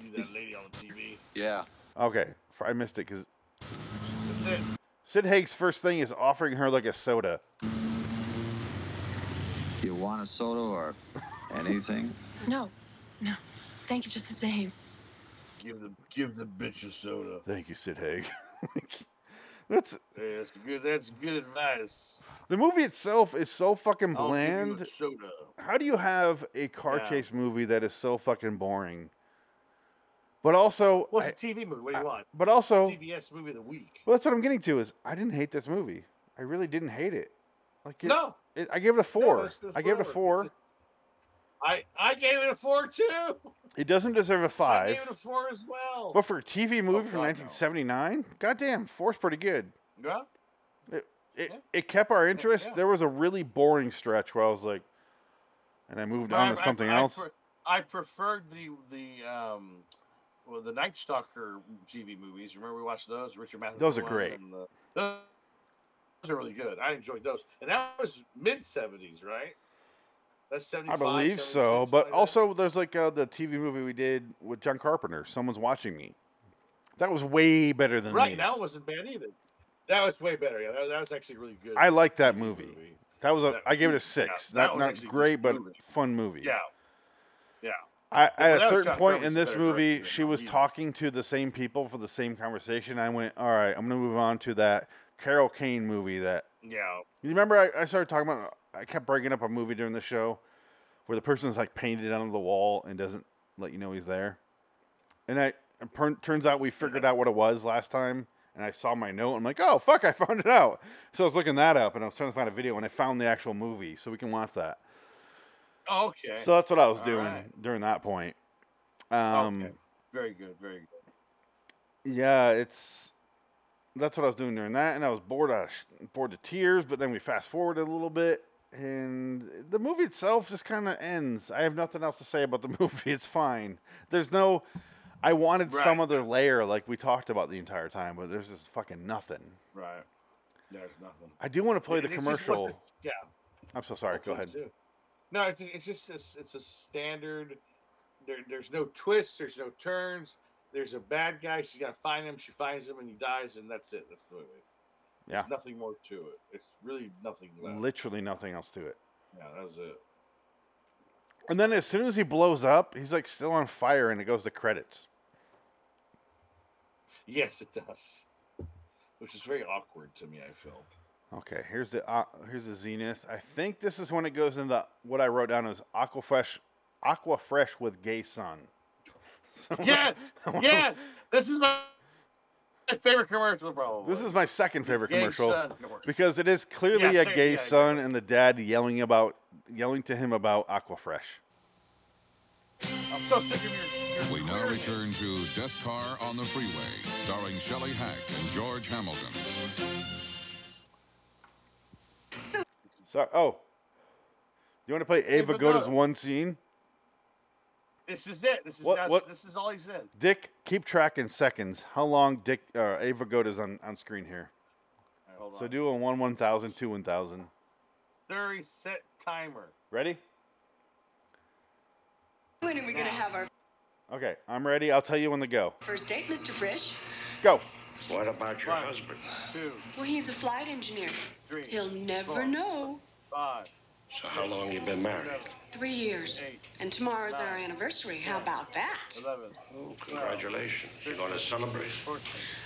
B: He's that lady on the TV.
G: Yeah.
A: Okay, f- I missed it because
B: That's it.
A: Sid Haig's first thing is offering her like a soda.
I: You want a soda or anything?
P: No, no. Thank you just the same.
B: Give the give the bitch a soda.
A: Thank you, Sid Haig. That's
B: Yeah, that's good. That's good advice.
A: the movie itself is so fucking
B: I'll give Oh, you a
A: bland.
B: soda.
A: How do you have a car
B: Yeah.
A: chase movie that is so fucking boring? But also,
C: Well,
A: I-
C: it's a TV movie. What do you want?
A: but also-
C: CBS movie of the week.
A: well, that's what I'm getting to is I didn't hate this movie. I really didn't hate it. Like it,
C: No.
A: it- I gave it a four.
C: it's- it's
A: I gave it a
C: whatever.
A: four.
C: I I gave it a four too.
A: It doesn't deserve a
C: I
A: five.
C: gave it a four as well.
A: But for a TV movie
C: God,
A: from
C: no.
A: 1979, goddamn, four's pretty good.
B: Yeah.
A: It it, it kept our interest. There was a really boring stretch where I was like, and I moved on
B: I-
A: to
B: I-
A: something
B: I
A: else.
B: pre- I preferred the the um, well, the Night Stalker TV movies. Remember we watched those? Richard Matheson.
A: Those are
B: one
A: great.
B: and the- those are really good. I enjoyed those, and that was mid seventies, right? That's seventy.
A: I believe so, but also there's like uh, the TV movie we did with John Carpenter. Someone's watching me. That was way better than
C: right
A: these.
C: now wasn't bad either. That was way better. Yeah, that, that was actually really good.
A: I like that movie. That was a. I gave it a
C: yeah,
A: six.
C: that
A: not
C: was
A: not
C: actually a
A: great,
C: good
A: but
C: movie.
A: fun movie.
B: Yeah. Yeah.
A: I,
B: Yeah,
A: at
B: that
A: a
B: was
A: certain
B: John
A: point in
B: Carpenter's
A: this
B: better director
A: movie,
B: than
A: she was talking to the same people for the same conversation. I went, all right, I'm gonna move on to that Carol Kane movie that
B: Yeah.
A: You remember I, I started talking about I kept bringing up a movie during the show where the person's like painted onto the wall and doesn't let you know he's there. And I it per- turns out we figured out what it was last time and I saw my note. I'm like, "Oh, fuck, I found it out." So I was looking that up and I was trying to find a video and I found the actual movie so we can watch that.
B: Oh, okay.
A: So that's what I was
B: All
A: doing
B: right.
A: during that point. Um
B: Very good. Very good.
A: Yeah, it's that's what I was doing during that, and I was bored out of sh- bored to tears. But then we fast forward a little bit, and the movie itself just kind of ends. I have nothing else to say about the movie. It's fine. There's no. I wanted some
B: Right.
A: other layer, like we talked about the entire time, but there's just fucking nothing.
B: Right. There's nothing.
A: I do wanna play the
C: it's just what's-
A: commercial.
C: Yeah.
A: I'm so sorry. Go
C: Please
A: ahead.
C: do. No, it's, it's just it's, it's a standard. There, there's no twists. There's no turns. There's a bad guy. She's got to find him. She finds him, and he dies, and that's it. That's the movie.
A: Yeah,
B: There's
C: nothing more to it. It's really nothing left.
A: literally nothing else to it.
B: Yeah, that was it.
A: And then as soon as he blows up, he's like still on fire, and it goes to credits.
B: Yes, it does. Which is very awkward to me. I felt.
A: Okay, here's the uh, here's the zenith. I think this is when it goes into what I wrote down as Aquafresh, Aquafresh with Gay Sun. So-
B: Yes, yes. This is my my favorite commercial, probably.
A: This is my second favorite
B: Gay
A: commercial
B: Sun commercial.
A: because it is clearly
B: Yeah,
A: a
B: same-
A: gay
B: yeah,
A: son and the dad yelling about yelling to him about Aquafresh.
B: I'm so sick of your. your
N: We now return to Death Car on the Freeway, starring Shelley Hack and George Hamilton.
A: So, oh, you want to play Ava
B: but
A: Goda's
B: no.
A: one scene?
B: This is it. This is
A: What-
B: how-
A: what-
B: this is all he's in.
A: Dick, keep track in seconds. How long Dick uh, Ava Goda's on on screen here?
B: hold
A: So do a one one thousand, two one thousand.
B: Thirty set timer.
A: Ready?
P: When are we
B: gonna have
P: our
A: Okay, I'm ready. I'll tell you when to go.
P: First date, Mr. Frisch?
A: Go.
T: What about your husband?
U: Two,
P: Well, he's a flight engineer.
U: three,
P: He'll never
U: Four.
P: know.
U: five,
T: So how long you been married?
U: seven,
P: Three years. And tomorrow's our anniversary. How about that?
U: eleven.
V: Oh,
T: Congratulations. You're going to celebrate.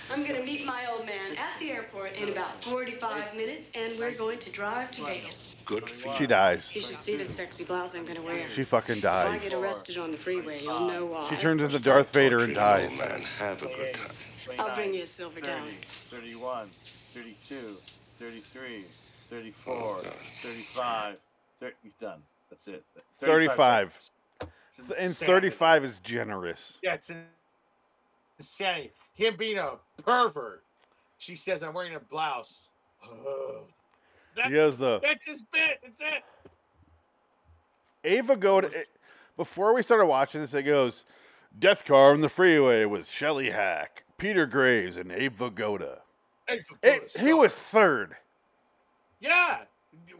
P: I'm going to meet my old man at the airport in about 45 minutes, and we're going to drive to Vegas.
T: Good for
A: She dies.
P: You should see this sexy blouse I'm going to wear.
A: She fucking
P: If I
A: dies.
P: get arrested on the freeway, you'll know why.
A: She turns into Darth Vader and dies.
T: Man, have a good time.
P: I'll bring you a silver
U: 30,
P: dollar.
U: 31, 32, 33, 34, 35, 30, you're done. That's it.
A: 35.
U: seconds. It's
A: Th- And
U: insane.
A: 35 is generous.
B: That's in- insanity. Him being a pervert. She says, "I'm wearing a blouse."
A: He goes the
B: That's his bit. That's it.
A: Ava go to, it- before we started watching this. It goes Death Car on the Freeway with Shelly Hack, Peter Graves, and Ava Goda.
B: Hey,
A: It, he was third.
B: yeah.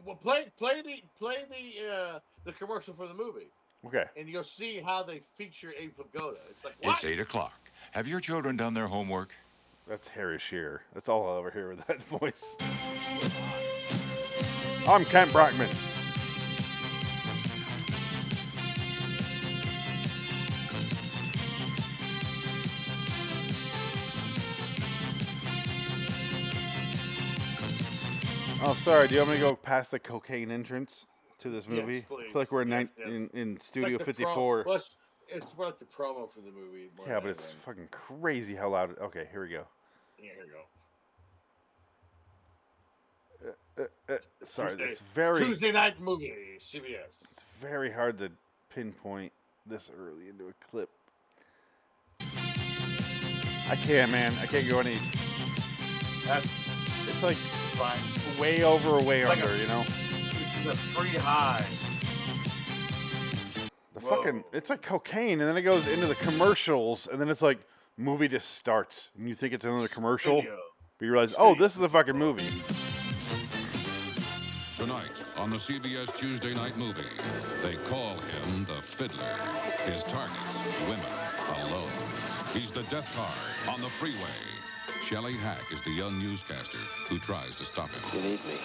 B: Well, play play the play the uh, the commercial for the movie,
A: Okay.
B: and you'll see how they feature Abe Vigoda. It's like what?
N: It's 8 o'clock. Have your children done their homework?
A: That's Harry Shearer. That's all I ever hear with that voice. I'm Kent Brockman. Oh, sorry. Do you want me to go past the cocaine entrance to this
B: Yes,
A: movie? I
B: please.
A: feel like we're in,
B: Yes,
A: nine-
B: yes.
A: in, in
B: It's like
A: Studio
B: the pro-
A: 54.
B: well, it's, it's more like the promo for the movie. more
A: yeah,
B: than
A: but it's
B: anything.
A: fucking crazy how loud. It, okay, here we go.
B: Yeah, here you go.
A: Uh, uh, sorry,
B: Tuesday-
A: it's very
B: Tuesday night movie, CBS.
A: very hard to pinpoint this early into a clip. I can't, man. I can't go any.
U: That's
A: It's like
U: fine.
A: way over, way
U: It's like
A: under.
U: a-
A: you know,
U: This is a free high.
A: the fucking. It's like cocaine, and then it goes into the commercials, and then it's like movie just starts, and you think it's another commercial,
N: Studio.
A: but you realize, oh, this is the fucking movie.
N: Tonight, on the CBS Tuesday Night Movie, they call him the Fiddler. His targets, women, alone. He's the death car on the freeway. Shelley Hack is the young newscaster who tries to stop him. You need me.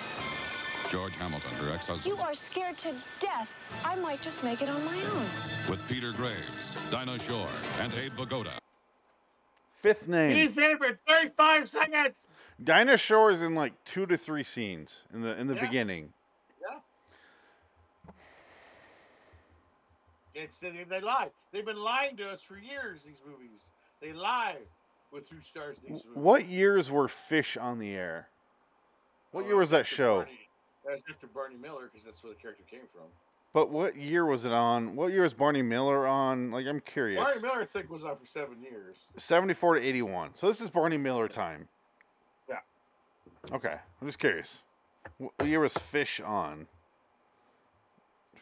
N: George Hamilton, her ex-husband,
K: You are scared to death. I might just make it on my own.
N: with Peter Graves, Dinah Shore, and Abe Vigoda.
A: Fifth name.
B: He's in for 35 seconds.
A: Dinah Shore is in like two to three scenes in the in the
B: Yeah.
A: beginning.
B: Yeah. It's they, they lie. They've been lying to us for years. These movies, they lie with who stars in these movies.
A: What years were Fish on the air? What year was that show?
B: Barney- that was after Barney Miller because that's where the character came from.
A: But what year was it on? What year was Barney Miller on? Like I'm curious.
B: Barney Miller, I think, was on for seven years.
A: 74 to 81. So this is Barney Miller time.
B: Yeah.
A: Okay. I'm just curious. Wh- What year was Fish on?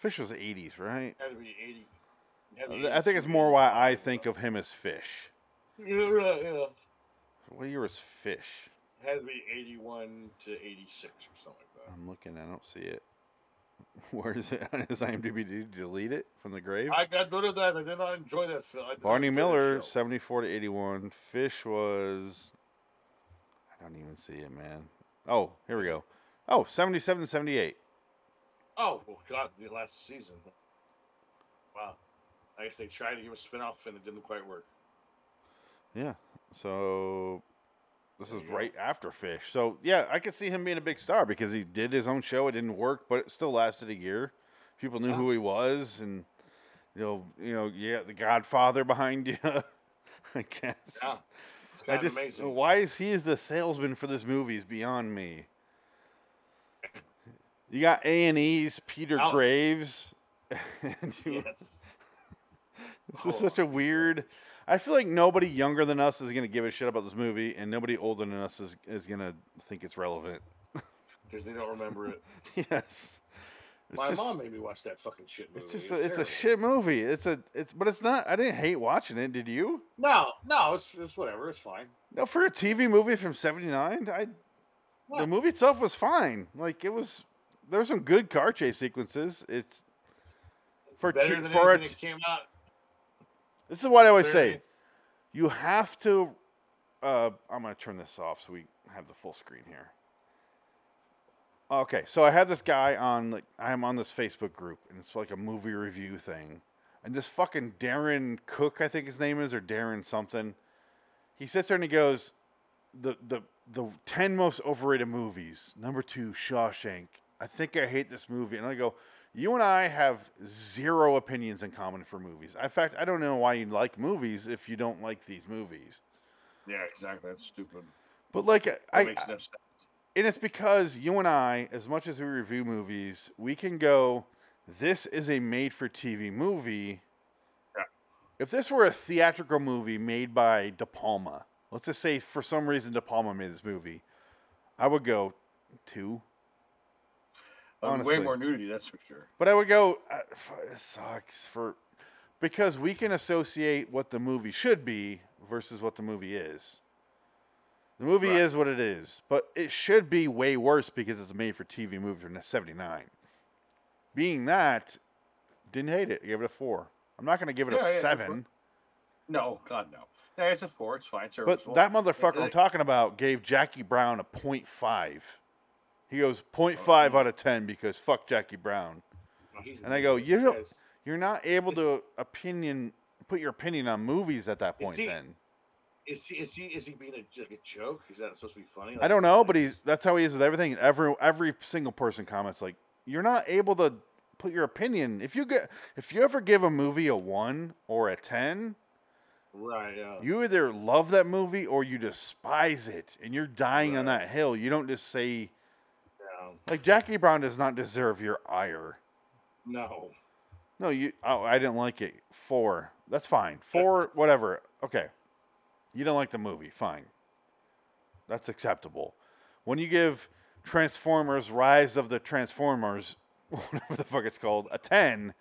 A: Fish was 80s, right?
B: Had to be eighty. had to be
A: I think it's
B: 82.
A: more why I think of him as Fish.
B: Yeah, right, yeah.
A: What year was Fish?
B: Had to be eighty-one to eighty-six or something like that.
A: I'm looking. I don't see it. Where is it on his IMDb? Did you delete it from the grave?
B: I got rid of that. I did not enjoy that film. I did not
A: Barney
B: enjoy that
A: Miller,
B: show.
A: 74 to 81. Fish was. I don't even see it, man. Oh, here we go. Oh, 77 to 78.
B: Oh well, God, the last season. Wow, I guess they tried to give a spinoff and it didn't quite work.
A: Yeah. So this is
B: you go.
A: right after Fish. So yeah, I could see him being a big star because he did his own show. It didn't work, but it still lasted a year. People knew who he was, and you know, you know, yeah, the Godfather behind you. I guess.
B: Yeah, it's
A: I
B: kind of
A: just uh,
B: amazing.
A: why is he is the salesman for this movie is beyond me. You got A and E's Peter
B: Al-
A: Graves. and you,
B: Yes.
A: this is such a weird. I feel like nobody younger than us is gonna give a shit about this movie, and nobody older than us is is gonna think it's relevant.
B: Because they don't remember it.
A: yes. It's
B: My
A: just,
B: mom made me watch that fucking shit movie.
A: It's just a, it's a
B: terrible.
A: shit movie. It's a it's but it's not. I didn't hate watching it. Did you?
B: No, no, it's, it's whatever. It's fine.
A: No, for a TV movie from '79, I
B: Yeah.
A: the movie itself was fine. Like it was, there were some good car chase sequences. It's for
B: Better
A: t-
B: than
A: for
B: for
A: a
B: it
A: t-
B: came out.
A: This is what I always say. You have to. Uh, I'm going to turn this off so we have the full screen here. Okay, so I have this guy on. Like, I am on this Facebook group, and it's like a movie review thing. And this fucking Darren Cook, I think his name is, or Darren something. He sits there and he goes, "The the the ten most overrated movies. Number two, Shawshank. I think I hate this movie." And I go, "You and I have zero opinions in common for movies. In fact, I don't know why you like movies if you don't like these movies."
B: Yeah, exactly. That's stupid.
A: But like, I,
B: That makes no sense.
A: and it's because you and I, as much as we review movies, we can go, this is a made for TV movie. If this were a theatrical movie made by De Palma, let's just say for some reason De Palma made this movie, I would go two.
B: I mean, way more nudity, that's for sure.
A: But I would go, uh, f- it sucks for because we can associate what the movie should be versus what the movie is. The movie is what it is, but it should be way worse because it's made for TV movie from '79. Being that, didn't hate it. Gave it a four. I'm not going to give it
B: Yeah, yeah,
A: a
B: that's
A: seven,
B: No, God, no. Yeah, it's a four. It's fine.
A: but
B: serviceable.
A: that motherfucker
B: Uh,
A: I'm talking about gave Jackie Brown a point five. He
B: Oh,
A: goes point five out of ten because fuck Jackie Brown.
C: He's-
A: And I go, you don't, you're not able to opinion put your opinion on movies at that
C: Is
A: point.
C: he-
A: then
C: Is he is he is he being a, like a joke? Is that supposed to be funny?
A: I
C: Like,
A: don't know, but he's that's how he is with everything. Every every single person comments like, you're not able to put your opinion. If you get if you ever give a movie a one or a ten,
C: Right. Yeah.
B: uh,
A: you either love that movie or you despise it, and you're dying on that hill. You don't just say like Jackie Brown does not deserve your ire.
C: No.
A: No, you. Oh, I didn't like it. Four. That's fine. Four, whatever. Okay. You don't like the movie. Fine. That's acceptable. When you give Transformers Rise of the Transformers, whatever the fuck it's called, a 10,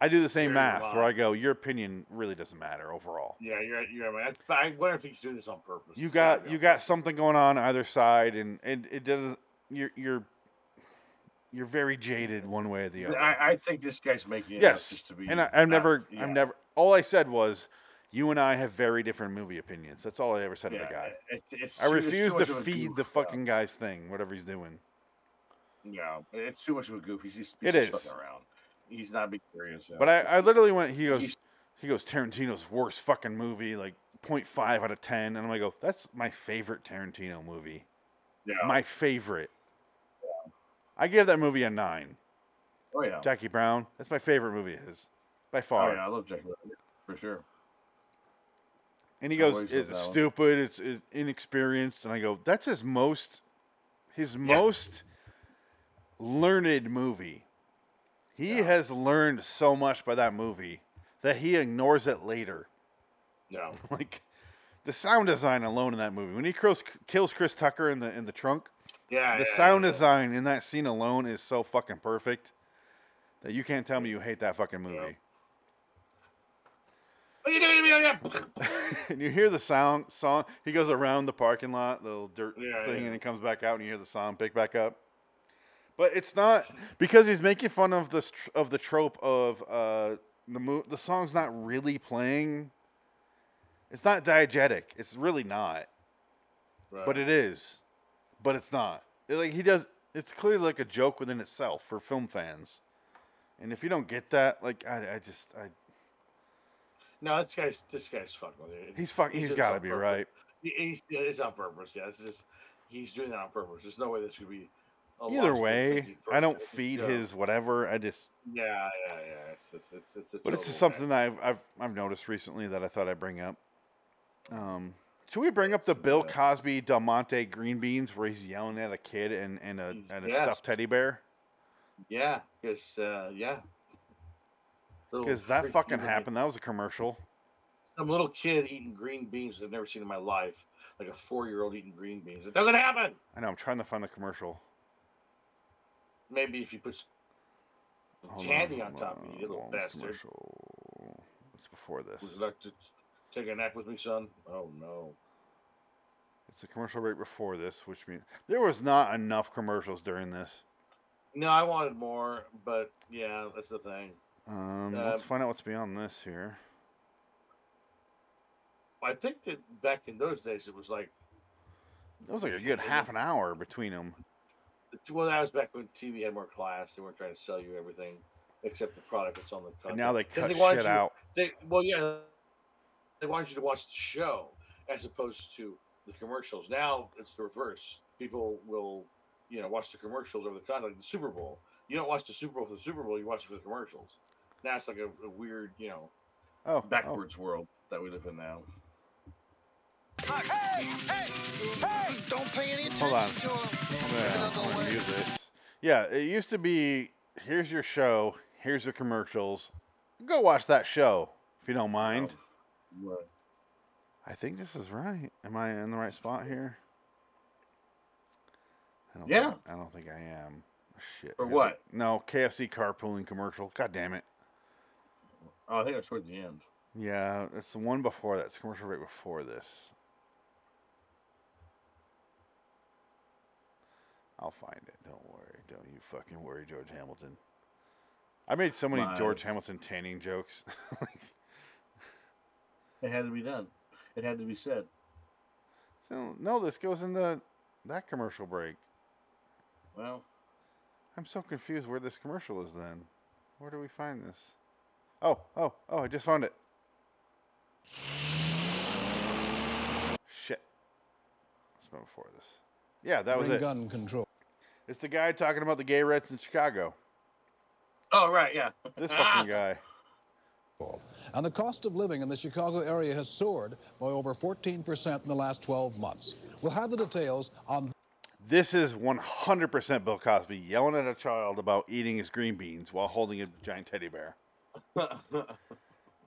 A: I do the same
C: You're
A: math where I
C: lying.
A: go, your opinion really doesn't matter overall.
C: Yeah, you're you're right. I, I wonder if he's doing this on purpose.
A: You got you got something going on either side and, and it doesn't you're you're you're very jaded one way or the other.
B: I, I think this guy's making it
A: yes,
B: up just to be.
A: and I, I've
B: not-
A: never,
B: yeah.
A: I've never. All I said was, you and I have very different movie opinions. That's all I ever said to
B: Yeah,
A: the guy.
B: it- it's
A: I
B: too- it's too
A: refuse to
B: much of a
A: feed
B: goof,
A: the
B: yeah.
A: fucking guy's thing, whatever he's doing.
B: No, it's too much of a goof. He's just, he's
A: It
B: just
A: is.
B: fucking around. He's not being serious. yeah.
A: But I,
B: It's
A: I
B: just-
A: literally went. He goes, he goes. Tarantino's worst fucking movie, like 0.5 out of 10. And I'm like, go. That's my favorite Tarantino movie.
B: Yeah.
A: My favorite. I gave that movie a nine.
B: Oh yeah.
A: Jackie Brown. That's my favorite movie of his, by far.
B: Oh yeah, I love Jackie Brown, for sure.
A: And he
B: I
A: goes,
B: always love that
A: "It's
B: one.
A: stupid. It's, it's inexperienced." And I go, "That's his most, his most learned movie. He has learned so much by that movie that he ignores it later.
B: No.
A: like the sound design alone in that movie. When he kills, kills Chris Tucker in the in the trunk,
B: Yeah,
A: the
B: yeah,
A: sound design in that scene alone is so fucking perfect that you can't tell me you hate that fucking movie."
C: What are you doing to me oh, like that?
A: and you hear the sound song. He goes around the parking lot, the little dirt
C: Yeah,
A: thing,
C: yeah.
A: and it comes back out, and you hear the sound pick back up. But it's not because he's making fun of this tr- of the trope of uh, the mo- the song's not really playing. It's not diegetic. It's really not, but it is, but it's not. It- like he does, it's clearly like a joke within itself for film fans. And if you don't get that, like I, I just I
C: No, this guy's this guy's fucking with it.
A: He's fuck- he's
C: doing this
A: gotta
C: on
A: be,
C: purpose.
A: right?
C: He- He's yeah, it's on purpose. Yeah, it's just he's doing that on purpose. There's no way this could be. a
A: either
C: logical
A: way,
C: thinking
A: I don't
C: process.
A: feed
C: Yeah.
A: his whatever. I just
C: Yeah, yeah, yeah. It's just, it's it's a.
A: But it's
C: total
A: just something that I've, I've I've noticed recently that I thought I'd bring up. Um, should we bring up the Bill Cosby Del Monte green beans where he's yelling at a kid and, and a and
C: Mm,
A: a
C: Yes.
A: stuffed teddy bear?
C: Yeah, because uh, yeah. Little
A: Because that
C: freak
A: fucking
C: little-
A: happened. That was a commercial.
C: Some little kid eating green beans that I've never seen in my life, like a four-year-old eating green beans. It doesn't happen.
A: I know. I'm trying to find the commercial.
C: Maybe if you put some
A: Hold
C: candy
A: on,
C: on, top of you, you little
A: hold on, this
C: bastard.
A: commercial. It's before this.
C: Would you like to t- take a nap with me, son? Oh no.
A: It's a commercial right before this, which means there was not enough commercials during this.
C: No, I wanted more, but yeah, that's the thing.
A: Um,
C: Uh,
A: let's find out what's beyond this here.
C: I think that back in those days it was like
A: That was like a good half an hour between them.
C: well, that was back when TV had more class. They weren't trying to sell you everything except the product that's on the. Content.
A: now they
C: 'Cause
A: cut
C: wanted
A: shit
C: you-
A: out.
C: They well, yeah, they wanted you to watch the show as opposed to the commercials. Now it's the reverse. People will, you know, watch the commercials over the content, like the Super Bowl. You don't watch the Super Bowl for the Super Bowl. You watch it for the commercials. Now it's like a, a weird, you know,
A: oh,
C: backwards world that we live in now.
T: Hey, hey, hey! Don't pay any attention
A: Hold on.
T: to him.
A: I'm gonna, I'm gonna mute this. Yeah, it used to be here's your show, here's your commercials. Go watch that show if you don't
C: Um,
A: mind.
B: Oh.
A: I think this is right. Am I in the right spot here? I don't
B: Yeah.
A: Think, I don't think I am. Shit.
B: For
A: here's a-
B: what?
A: no, KFC carpooling commercial. God damn it.
B: Oh, I think that's toward the end.
A: Yeah, it's the one before that. It's the commercial right before this. I'll find it. Don't worry. Don't you fucking worry, George Hamilton. I made so many George
B: Nice.
A: Hamilton tanning jokes.
B: It had to be done. It had to be said.
A: so, no, this goes in the that commercial break.
B: Well,
A: I'm so confused where this commercial is then. Where do we find this? Oh, oh, oh, I just found it. Shit. It's been before this. Yeah, that was
W: Bring
A: it.
W: Gun control.
A: It's the guy talking about the gay Reds in Chicago.
B: Oh right, yeah.
A: This fucking guy.
W: And the cost of living in the Chicago area has soared by over 14% in the last 12 months. We'll have the details on
A: This is 100% Bill Cosby yelling at a child about eating his green beans while holding a giant teddy bear.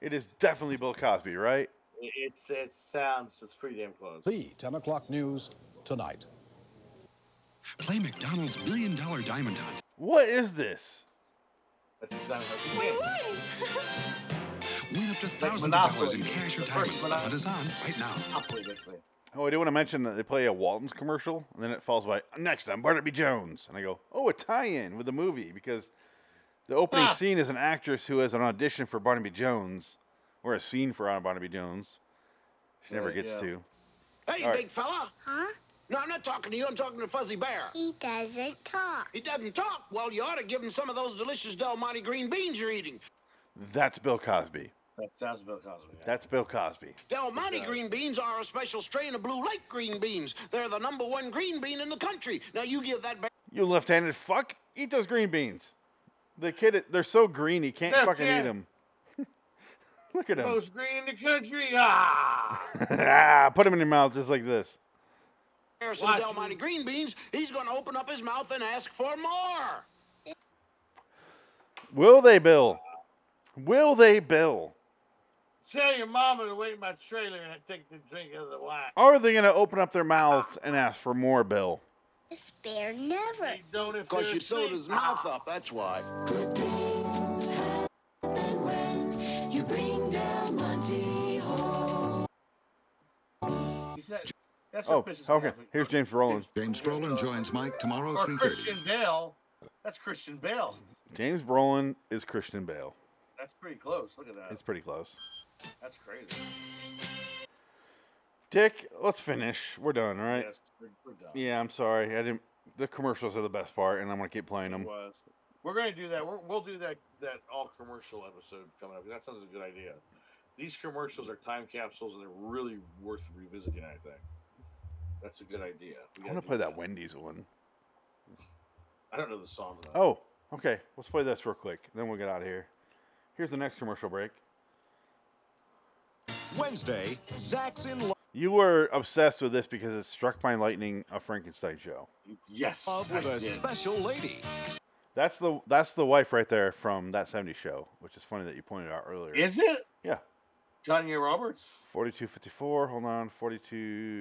A: It is definitely Bill Cosby, right?
C: It's it sounds it's pretty damn close.
W: the 10 o'clock news tonight.
L: Play McDonald's Billion Dollar Diamond Hunt.
A: What is this?
C: That's exactly
L: We
C: what
L: win! Win up to thousands of dollars
B: Monopoly.
L: in cash or
B: The
L: prizes.
B: first Monopoly.
L: Hunt is on right now.
B: Monopoly, that's right.
A: Oh, I do want to mention that they play a Walton's commercial, and then it falls by next on Barnaby Jones, and I go, oh, a tie-in with the movie because the opening
B: Ah.
A: scene is an actress who has an audition for Barnaby Jones, or a scene for Barnaby Jones. She never
B: Right,
A: gets
B: yeah.
A: to.
V: Hey,
A: All right.
V: big fella. Huh? No, I'm not talking to you. I'm talking to Fuzzy Bear.
J: He doesn't talk.
V: He doesn't talk. Well, you ought to give him some of those delicious Del Monte green beans you're eating.
A: That's Bill Cosby.
B: That sounds Bill Cosby.
A: That's Bill Cosby.
V: Del Monte
A: does.
V: green beans are a special strain of Blue Lake green beans. They're the number one green bean in the country. Now you give that bear.
A: You left-handed fuck, eat those green beans. The kid, they're so green he can't
C: Left
A: fucking eat
C: hand.
A: them. Look at him.
C: Most green in the country. Ah.
A: ah, put them in your mouth just like this.
V: Bear some Del Monte green beans, he's going to open up his mouth and ask for more.
A: Will they, Bill? Will they, Bill?
C: Tell your mama to wait in my trailer and take the drink of the wine.
A: Are they going to open up their mouths and ask for more, Bill?
J: Bear never.
C: Don't if
V: Because
C: they're
V: you sewed
C: asleep.
V: his mouth up, that's why.
J: You bring down Monty home.
B: He's not, that's
A: oh,
B: what pisses me
A: okay.
B: off.
A: Here's James Brolin.
G: James Brolin joins Mike tomorrow
B: Or
G: at 3.30.
B: Christian Bale. That's Christian Bale.
A: James Brolin is Christian Bale.
B: That's pretty close. Look at that.
A: It's pretty close.
B: That's crazy.
A: Dick, let's finish. We're done, right?
B: Yes, we're, we're done.
A: Yeah, I'm sorry. I didn't. The commercials are the best part, and I'm gonna keep playing them.
C: was. We're gonna do that. We're, we'll do that that all commercial episode coming up. That sounds like a good idea. These commercials are time capsules, and they're really worth revisiting. I think that's a good idea.
A: I want to play that Wendy's one.
C: I don't know the song though.
A: Oh, okay. Let's play this real quick. Then we'll get out of here. Here's the next commercial break.
T: Wednesday, Zach's in love.
A: You were obsessed with this because it struck by lightning a Frankenstein show.
B: Yes.
A: oh,
T: Love with a special lady.
A: That's the that's the wife right there from that 70s show, which is funny that you pointed out earlier.
B: Is it?
A: Yeah.
B: Tanya Roberts?
A: 4254. Hold on.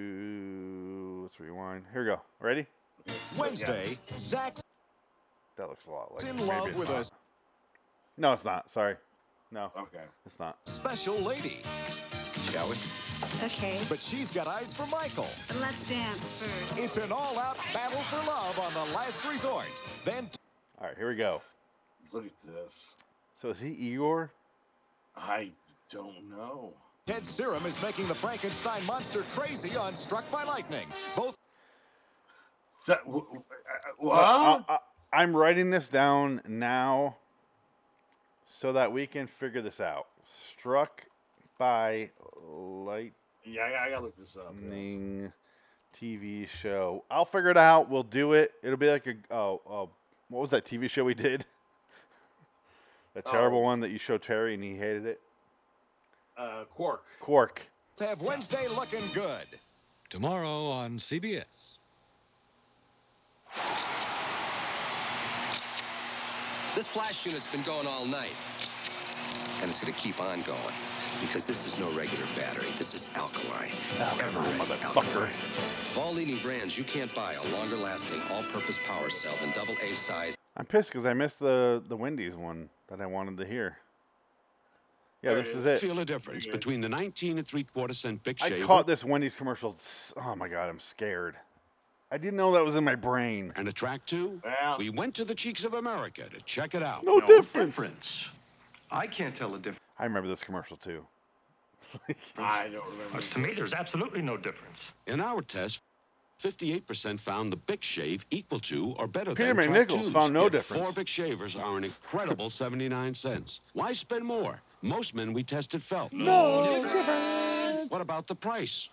A: 42. Let's rewind. Here we go. Ready?
T: Wednesday, Zach's
A: That looks a lot like.
T: in
A: maybe
T: love
A: it's
T: with
A: not.
T: a
A: No, it's not. Sorry. No.
B: Okay.
A: It's not.
T: special lady. Shall we?
X: Okay,
T: But she's got eyes for Michael.
X: but let's dance first.
T: It's an all-out battle for love on the last resort. Then
A: All right. Here we go.
B: Look at this.
A: So is he Igor?
B: I don't know.
T: Ted Serum is making the Frankenstein monster crazy on Struck by Lightning. Both.
B: That, w- w- uh,
A: Look,
B: well,
A: I, I, am writing this down now so that we can figure this out. Struck by lightning
B: yeah, I, gotta- I gotta look this up.
A: Mm.
B: yeah.
A: TV show. I'll figure it out. We'll do it. It'll be like a oh, oh what was that TV show we did? that terrible
F: Oh.
A: one that you showed Terry and he hated it.
B: Uh, Quark.
A: Quark.
T: Have Wednesday looking good.
D: Tomorrow on CBS.
E: This flash unit's been going all night. And it's gonna keep on going. Because this is no regular battery. This is alkaline. Forever alkaline. Of all leading brands, you can't buy a longer lasting all purpose power cell than double A size.
A: I'm pissed because I missed the the Wendy's one that I wanted to hear. Yeah, this is it.
F: Feel a difference between the 19 and three quarter cent Big
A: I
F: Shave
A: caught this Wendy's commercial. s- Oh my god, I'm scared. I didn't know that was in my brain.
F: and a track two. We went to the Cheeks of America to check it out.
A: No, difference.
F: I can't tell the difference.
A: I remember this commercial too.
B: I don't remember.
F: to me, there's absolutely no difference. In our test, 58% found the Big Shave equal to or better
A: Peter
F: than
A: McNichols
F: Track 2's.
A: found no
F: Yet
A: difference.
F: Four Big Shavers are an incredible 79 cents. Why spend more? Most men we tested felt
J: No
F: difference. What about the price?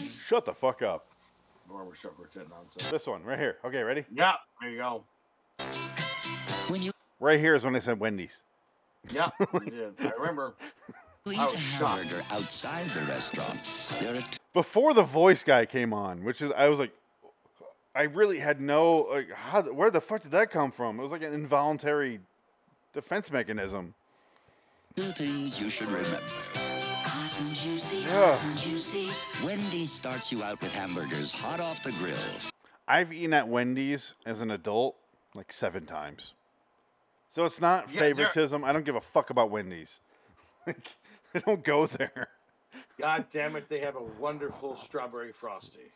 A: Shut the fuck up.
B: Barbershop quartet nonsense.
A: This one right here. Okay, ready?
B: Yeah, there you go.
A: When you right here is when I said Wendy's.
B: Yeah, you did. I remember. I was shocked.
E: Burger outside the restaurant. There are
A: Before the voice guy came on, which is I was like, I really had no like, how, where the fuck did that come from? It was like an involuntary defense mechanism.
E: two things you should remember. Hot and juicy,
A: Yeah.
E: hot and juicy. Wendy starts you out with hamburgers hot off the grill.
A: I've eaten at Wendy's as an adult like seven times. So it's not
B: Yeah, they're-
A: favoritism. I don't give a fuck about Wendy's. Like, I don't go there.
B: God damn it, they have a wonderful strawberry frosty.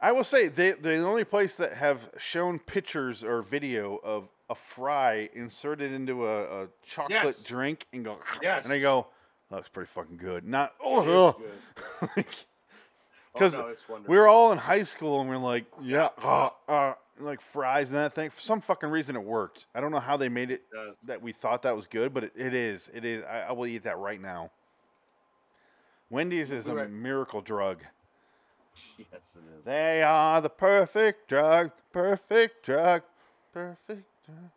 A: I will say they they're the only place that have shown pictures or video of a fry inserted into a, a chocolate
B: Yes.
A: drink and go
B: Yes.
A: and I go that looks pretty fucking good. Not
B: It is
A: oh
B: good. Oh,
A: because
B: no, it's
A: we
B: wonderful.
A: were all in high school and we are like yeah uh, uh, like fries and that thing for some fucking reason it worked. I don't know how they made it that we thought that was good, but it, it is it is. I, I will eat that right now. Wendy's is a
B: Right.
A: miracle drug.
B: Yes, it is.
A: They are the perfect drug, perfect drug, perfect drug.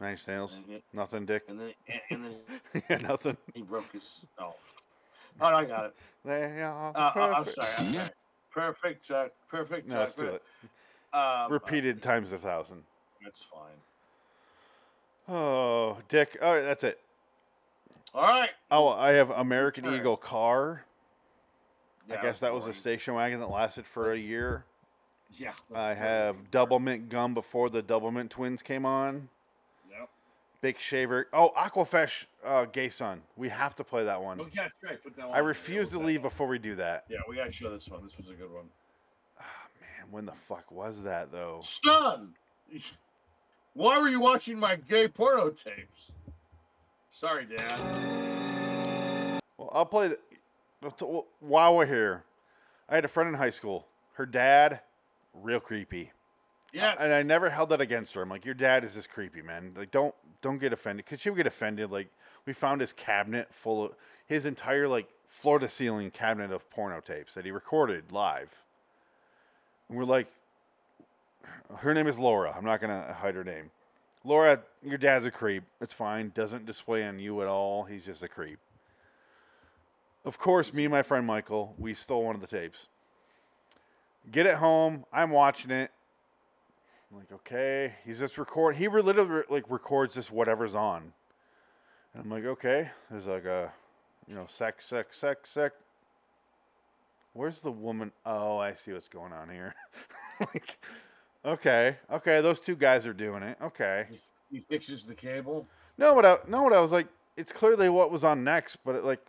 A: Nine snails.
B: Mhm.
A: Nothing, Dick.
B: And then, and, and then
A: yeah, nothing.
B: he broke his. Oh, oh no, I got it.
A: They are
B: Uh, uh, I'm
A: perfect.
B: sorry. I'm sorry. Perfect. Uh, perfect.
A: No,
B: uh,
A: let's do
B: perfect.
A: it.
B: Um,
A: Repeated times a thousand.
B: That's fine.
A: Oh, Dick. All right, that's it.
B: All right.
A: Oh, I have American Eagle car.
B: Yeah,
A: I guess that was a
B: boring.
A: station wagon that lasted for a year.
B: Yeah.
A: I have Double Mint Gum before the Double Mint Twins came on.
B: Yep.
A: Big Shaver. Oh, Aquafresh uh, Gay Sun. We have to play that one.
B: Oh, yeah, that's right. Put that one.
A: I
B: on there.
A: refuse to leave before we do that.
B: Yeah, we gotta show this one. This was a good one.
A: Man, when the fuck was that though?
B: Son, why were you watching my gay porno tapes? Sorry, Dad.
A: Well, I'll play the, I'll t- well, while we're here. I had a friend in high school. Her dad, real creepy.
B: Yes.
A: And I never held that against her. I'm like, your dad is just creepy, man. Like, don't don't get offended, cause she would get offended. Like, we found his cabinet full of his entire like floor to ceiling cabinet of porno tapes that he recorded live. And we're like, her name is Laura. I'm not gonna hide her name. Laura, your dad's a creep. It's fine. Doesn't display on you at all. He's just a creep. Of course, me and my friend Michael, we stole one of the tapes. Get it home. I'm watching it. I'm like, okay, he's just record. He re- literally like records just whatever's on, and I'm like, okay, there's like a, you know, sex, sex, sex, sex. Where's the woman? Oh, I see what's going on here. like, okay, okay, those two guys are doing it. Okay.
B: He fixes the cable.
A: No, but I no, but I was like, it's clearly what was on next, but it like,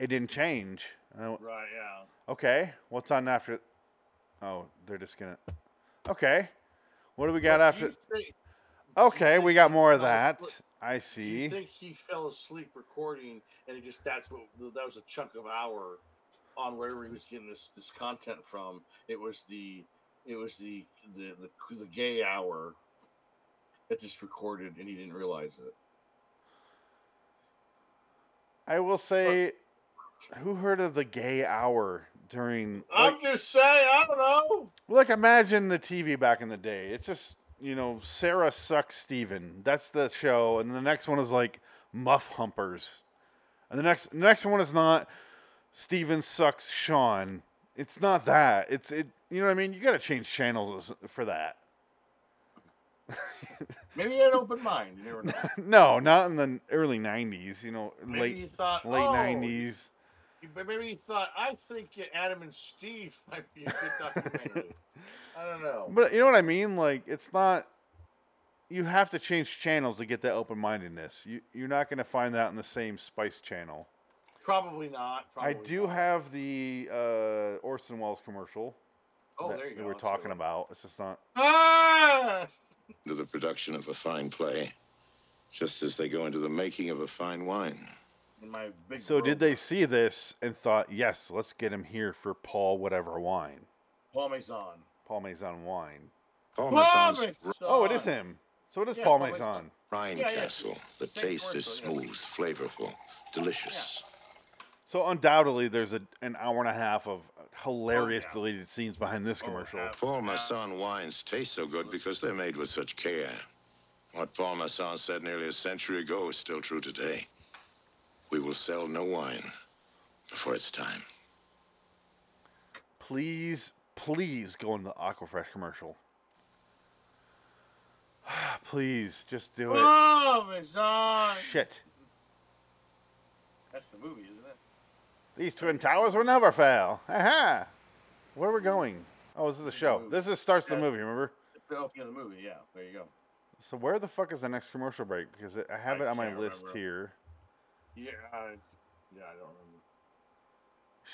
A: it didn't change. And I went,
B: Right. Yeah.
A: okay, what's on after? Oh, they're just gonna. Okay, what do we got after?
B: Did you say-
A: Okay, we got more of that. I
B: Do you
A: see.
B: think he fell asleep recording, and he just that's what that was a chunk of hour on wherever he was getting this this content from. It was the it was the the the, the gay hour that just recorded, and he didn't realize it.
A: I will say, who heard of the gay hour during?
B: I'm just saying, I don't know.
A: Like, imagine the TV back in the day. It's just, you know, Sarah Sucks Steven. That's the show. And the next one is like Muff Humpers. And the next next one is not Steven Sucks Sean. It's not that. It's, it, you know what I mean? You got to change channels for that.
B: Maybe he had an open mind. You never know.
A: no, not in the early 90s, you know,
B: Maybe
A: late,
B: you thought,
A: late
B: "Oh,
A: 90s.
B: But maybe he thought, I think Adam and Steve might be a good documentary. I don't know.
A: But you know what I mean? Like it's not you have to change channels to get that open mindedness. You you're not gonna find that in the same spice channel.
B: Probably not. Probably
A: I do have the uh, Orson Welles commercial.
B: Oh,
A: that
B: there you
A: we
B: go,
A: were
B: that's
A: talking about. It's just not
B: Ah!
D: into the production of a fine play, just as they go into the making of a fine wine.
B: In my big
A: so did they see this and thought, yes, let's get him here for Paul whatever wine.
B: Paul Maison.
A: Paul Maison wine.
D: Paul
B: Paul Maison's- Maison!
A: Oh, it is him. So it is
D: Yeah,
A: Paul
D: Paul
A: Maison.
D: Rhine Castle. The taste is smooth, flavorful, delicious.
A: So undoubtedly, there's a, an hour and a half of hilarious deleted scenes behind this commercial.
D: Paul Masson wines taste so good because they're made with such care. What Paul Masson said nearly a century ago is still true today. We will sell no wine before it's time.
A: Please, please go into the Aquafresh commercial. please, just do it.
B: Paul Maison.
A: Shit.
B: That's the movie, isn't it?
A: These twin towers will never fail. Aha! Where are we going? Oh, this is the show. This is starts the movie, remember?
B: It's the opening of the movie. Yeah, there you go.
A: So where the fuck is the next commercial break? Because I have
B: I
A: it on my
B: can't
A: list
B: remember.
A: here.
B: Yeah, I, yeah, I don't remember.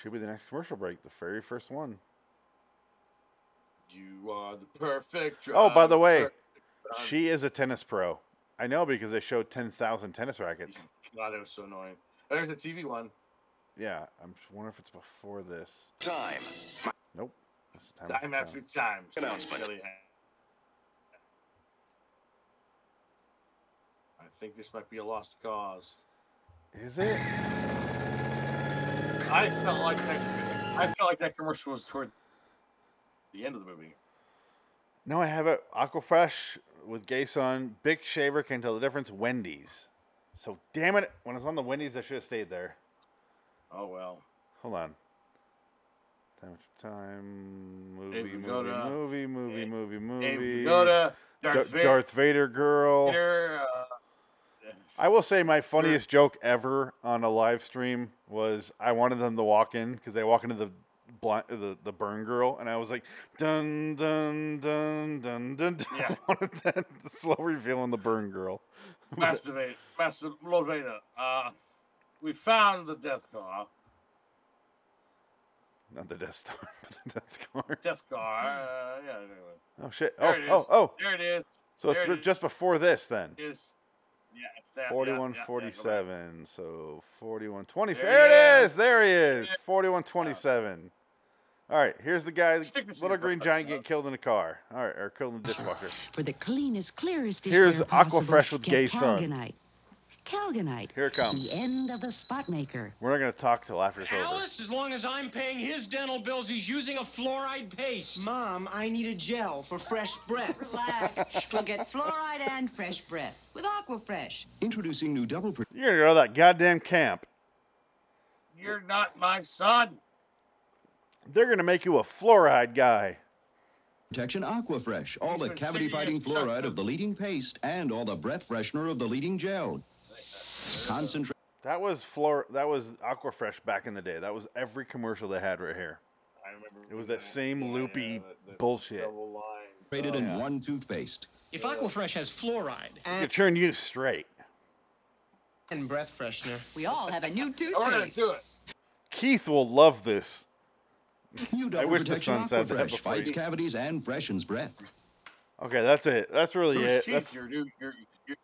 A: Should be the next commercial break, the very first one.
B: You are the perfect.
A: Oh, by
B: driver,
A: the way,
B: perfect driver.
A: she is a tennis pro. I know because they showed 10,000 tennis rackets.
B: God, that was so annoying. There's the TV one.
A: Yeah, I'm just wondering if it's before this.
B: Time.
A: Nope. That's the
B: Time after time.
A: Announcement.
B: Shelly Hand. I think this might be a lost cause.
A: Is it?
B: I felt like that. I felt like that commercial was toward the end of the movie.
A: No, I have it. Aquafresh with Gay Sun. Big Shaver can tell the difference. Wendy's. So damn it, when I was on the Wendy's, I should have stayed there.
B: Oh well.
A: Hold on. Time after time. Movie,
B: we
A: movie,
B: go to-
A: movie, movie, movie,
B: if we
A: movie.
B: go to
A: Da-
B: Darth Vader-
A: Darth Vader girl.
B: Here, uh,
A: I will say my funniest joke ever on a live stream was I wanted them to walk in because they walk into the blind, the the burn girl, and I was like, dun dun dun dun dun. dun. Yeah. I wanted that slow reveal on the burn girl.
B: Master Vader, Master Lord Vader. Uh, we found the Death Car.
A: Not the Death Star, but the Death Star.
B: Death Car. Uh, yeah. Anyway.
A: Oh shit!
B: There
A: Oh
B: it
A: oh
B: is.
A: oh!
B: There it is.
A: So it's
B: There it
A: re- just before this then.
B: Is yeah, it's that. yeah,
A: Forty-one
B: yeah, yeah, go back.
A: forty-seven. So forty-one twenty.
B: There
A: There
B: he
A: it
B: is.
A: is. There he is. Forty-one twenty-seven. All right. Here's the guy. Little green giant getting killed in a car. All right, or killed in the dishwasher.
H: For the cleanest, clearest dish
A: Here's
H: ware
A: Aqua
H: possible,
A: Fresh with
H: get
A: Gay Sun.
H: Calgonite. Calgonite.
A: Here it comes.
H: The end of the spot maker.
A: We're not gonna talk till after it's over.
T: Alice, as long as I'm paying his dental bills, he's using a fluoride paste. Mom, I need a gel for fresh breath.
H: Relax. We'll get fluoride and fresh breath with Aquafresh.
A: Introducing new double. You're gonna go to that goddamn camp.
B: You're not my son.
A: They're gonna make you a fluoride guy.
Y: Protection Aquafresh, all the
B: been
Y: cavity fighting
B: singing
Y: fluoride of the leading paste and all the breath freshener of the leading gel. Concentrate.
A: That was floor. That was Aquafresh back in the day. That was every commercial they had right here.
B: I remember.
A: It was that same loopy bullshit. Oh,
Y: Rated in one toothpaste.
T: If Aquafresh has fluoride
A: It could turn you straight.
T: and breath freshener,
H: We all have a new toothpaste.
B: it.
A: Keith will love this.
Y: New
A: I
Y: double
A: wish the
Y: protection
A: sun said that
Y: Aquafresh
A: before.
Y: fights
A: he-
Y: cavities and freshens breath.
A: Okay, that's it. That's really
B: Who's
A: it.
B: Keith?
A: That's-
B: Your new, your, your,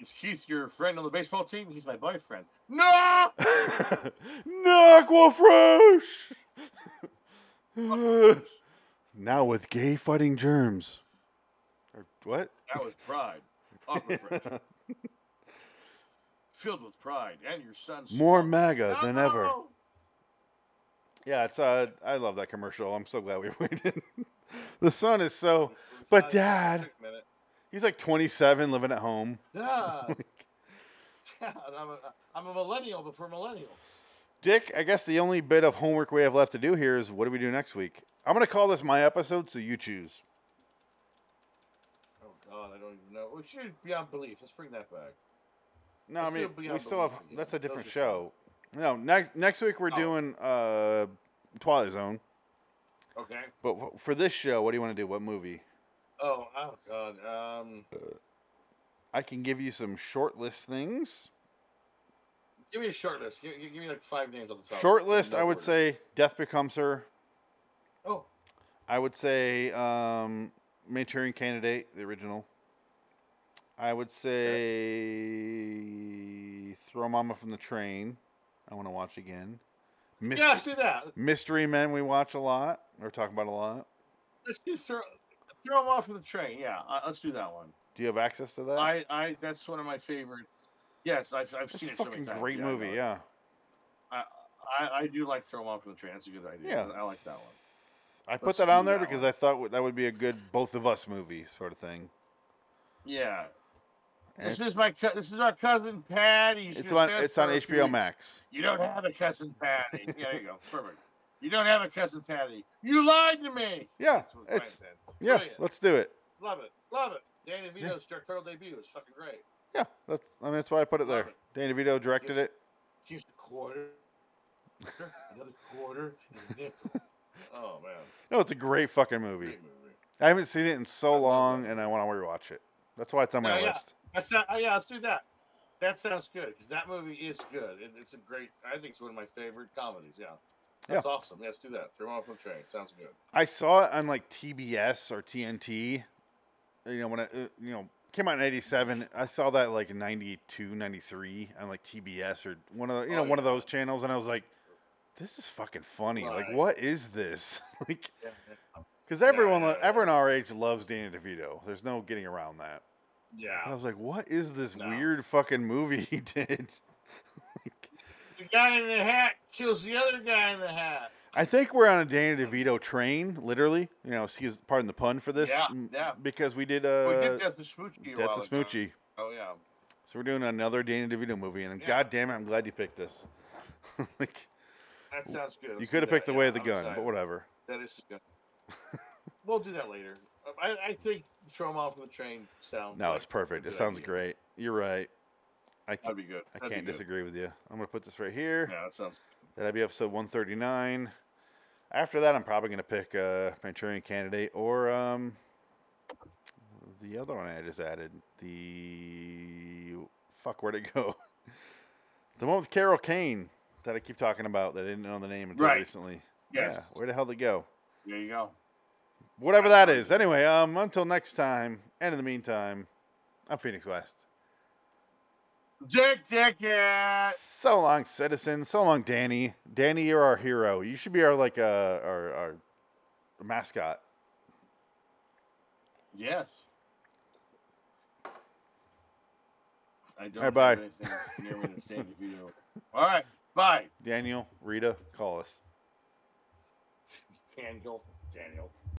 B: Is Keith your friend on the baseball team? He's my boyfriend. No!
A: Aquafresh! now with gay fighting germs. Or what?
B: That was pride. Aquafresh. Filled with pride. And your son's.
A: More MAGA than ever. Yeah, it's uh, I love that commercial. I'm so glad we waited. the son is so, but dad, he's like 27, living at home.
B: Yeah. yeah and I'm, a, I'm a millennial before millennials.
A: Dick, I guess the only bit of homework we have left to do here is what do we do next week? I'm gonna call this my episode, so you choose.
B: Oh God, I don't even know. We should be beyond belief. Let's bring that back.
A: No, I
B: Let's do
A: mean
B: Beyond
A: we still have
B: Belief again.
A: that's a
B: Those
A: different
B: are
A: show. No, next next week we're
B: Oh.
A: doing uh, Twilight Zone.
B: Okay.
A: But wh- for this show, what do you want to do? What movie?
B: Oh, oh God. Um,
A: I can give you some short list things.
B: give me a short list. Give, give give me like five names on the top.
A: Short list,
B: No
A: I would
B: order.
A: say Death Becomes Her.
B: Oh.
A: I would say um, Manchurian Candidate, the original. I would say Throw Mama from the Train. I want to watch again. Myst-
B: Yeah, let's do that.
A: Mystery Men, we watch a lot or talk about a lot.
B: Let's just throw throw them off of the train. Yeah, uh, let's do that one.
A: Do you have access to that?
B: I, I that's one of my favorite. Yes, I've, I've
A: it's
B: seen
A: a
B: it so many
A: fucking
B: times.
A: great
B: Yeah, I
A: movie,
B: know it.
A: yeah.
B: I, I I do like throw them off of the train. That's a good idea.
A: Yeah.
B: I like that one.
A: I put
B: Let's
A: that
B: do
A: on there
B: that
A: because I thought w- that would be a good both of us movie sort of thing.
B: Yeah. This
A: It's-
B: is my cou- this is our cousin Patty. She's
A: It's
B: gonna
A: on
B: stay up
A: it's on
B: for a few
A: HBO
B: weeks.
A: Max.
B: You don't have a cousin Patty. yeah, there you go. Perfect. You don't have a cousin Patty. You lied to me.
A: Yeah,
B: That's what Brian
A: it's
B: said.
A: yeah.
B: Brilliant.
A: Let's do it.
B: Love it. Love it. Danny DeVito's directorial debut is fucking great.
A: Yeah, that's I mean that's why I put it there. Danny DeVito directed
B: Yes.
A: it.
B: Here's a quarter, another quarter, and a nickel. Oh man.
A: No, it's a great fucking movie. I haven't seen it in so long, and I want to rewatch it. That's why it's on my
B: Oh, yeah.
A: list.
B: That's not, oh, yeah, let's do that. That sounds good because that movie is good. It, it's a great. I think it's one of my favorite comedies. Yeah. That's
A: Yeah.
B: awesome. Yeah, let's do that. Throw off the train. Sounds good.
A: I saw it on like TBS or TNT. You know when I uh, you know came out in '87. I saw that like in '92, '93 on like TBS or one of the, you know
B: Oh,
A: one of those channels, and I was like, "This is fucking funny. Like,
B: Right.
A: what is this? like,
B: Yeah.
A: because everyone lo- everyone our age loves Danny DeVito. There's no getting around that." And I
B: Yeah.
A: was like, "What is this weird fucking movie he did?"
B: The guy in the hat kills the other guy in the hat.
A: I think we're on a Danny DeVito train, literally. You know, excuse, pardon the pun for this.
B: Yeah,
A: m-
B: yeah.
A: Because we did uh,
B: we did Death to Smoochie. a
A: Death
B: while
A: to
B: ago.
A: Smoochie.
B: Oh yeah.
A: So we're doing another Danny DeVito movie, and god damn it, I'm glad you picked this. like,
B: That sounds good.
A: you
B: Let's
A: could have
B: do that.
A: picked the way
B: Yeah,
A: of the
B: I'm
A: gun,
B: excited.
A: but whatever.
B: That is good. we'll do that later. Uh, I, I think throw him off the train sounds.
A: No,
B: like
A: it's perfect.
B: a
A: It
B: good
A: sounds
B: idea.
A: great. You're right. I can,
B: That'd be good.
A: I
B: That'd be
A: can't
B: good.
A: disagree with you. I'm gonna put this right here.
B: Yeah, that sounds.
A: That'd be episode 139. After that, I'm probably gonna pick uh, Manchurian Candidate or um, the other one I just added. The fuck, where'd it go? the one with Carol Kane that I keep talking about that I didn't know the name until
B: Right.
A: recently.
B: Yes.
A: Yeah, where the hell did it go?
B: There you go.
A: Whatever that is. Anyway, um, until next time, and in the meantime, I'm Phoenix West.
B: Dick Dickhead.
A: So long, citizen. So long, Danny. Danny, you're our hero. You should be our like uh, our our mascot.
B: Yes. I don't
A: All right, bye.
B: have anything near me that's Danny DeVito. All right, bye.
A: Daniel, Rita, call us.
B: Daniel. Daniel.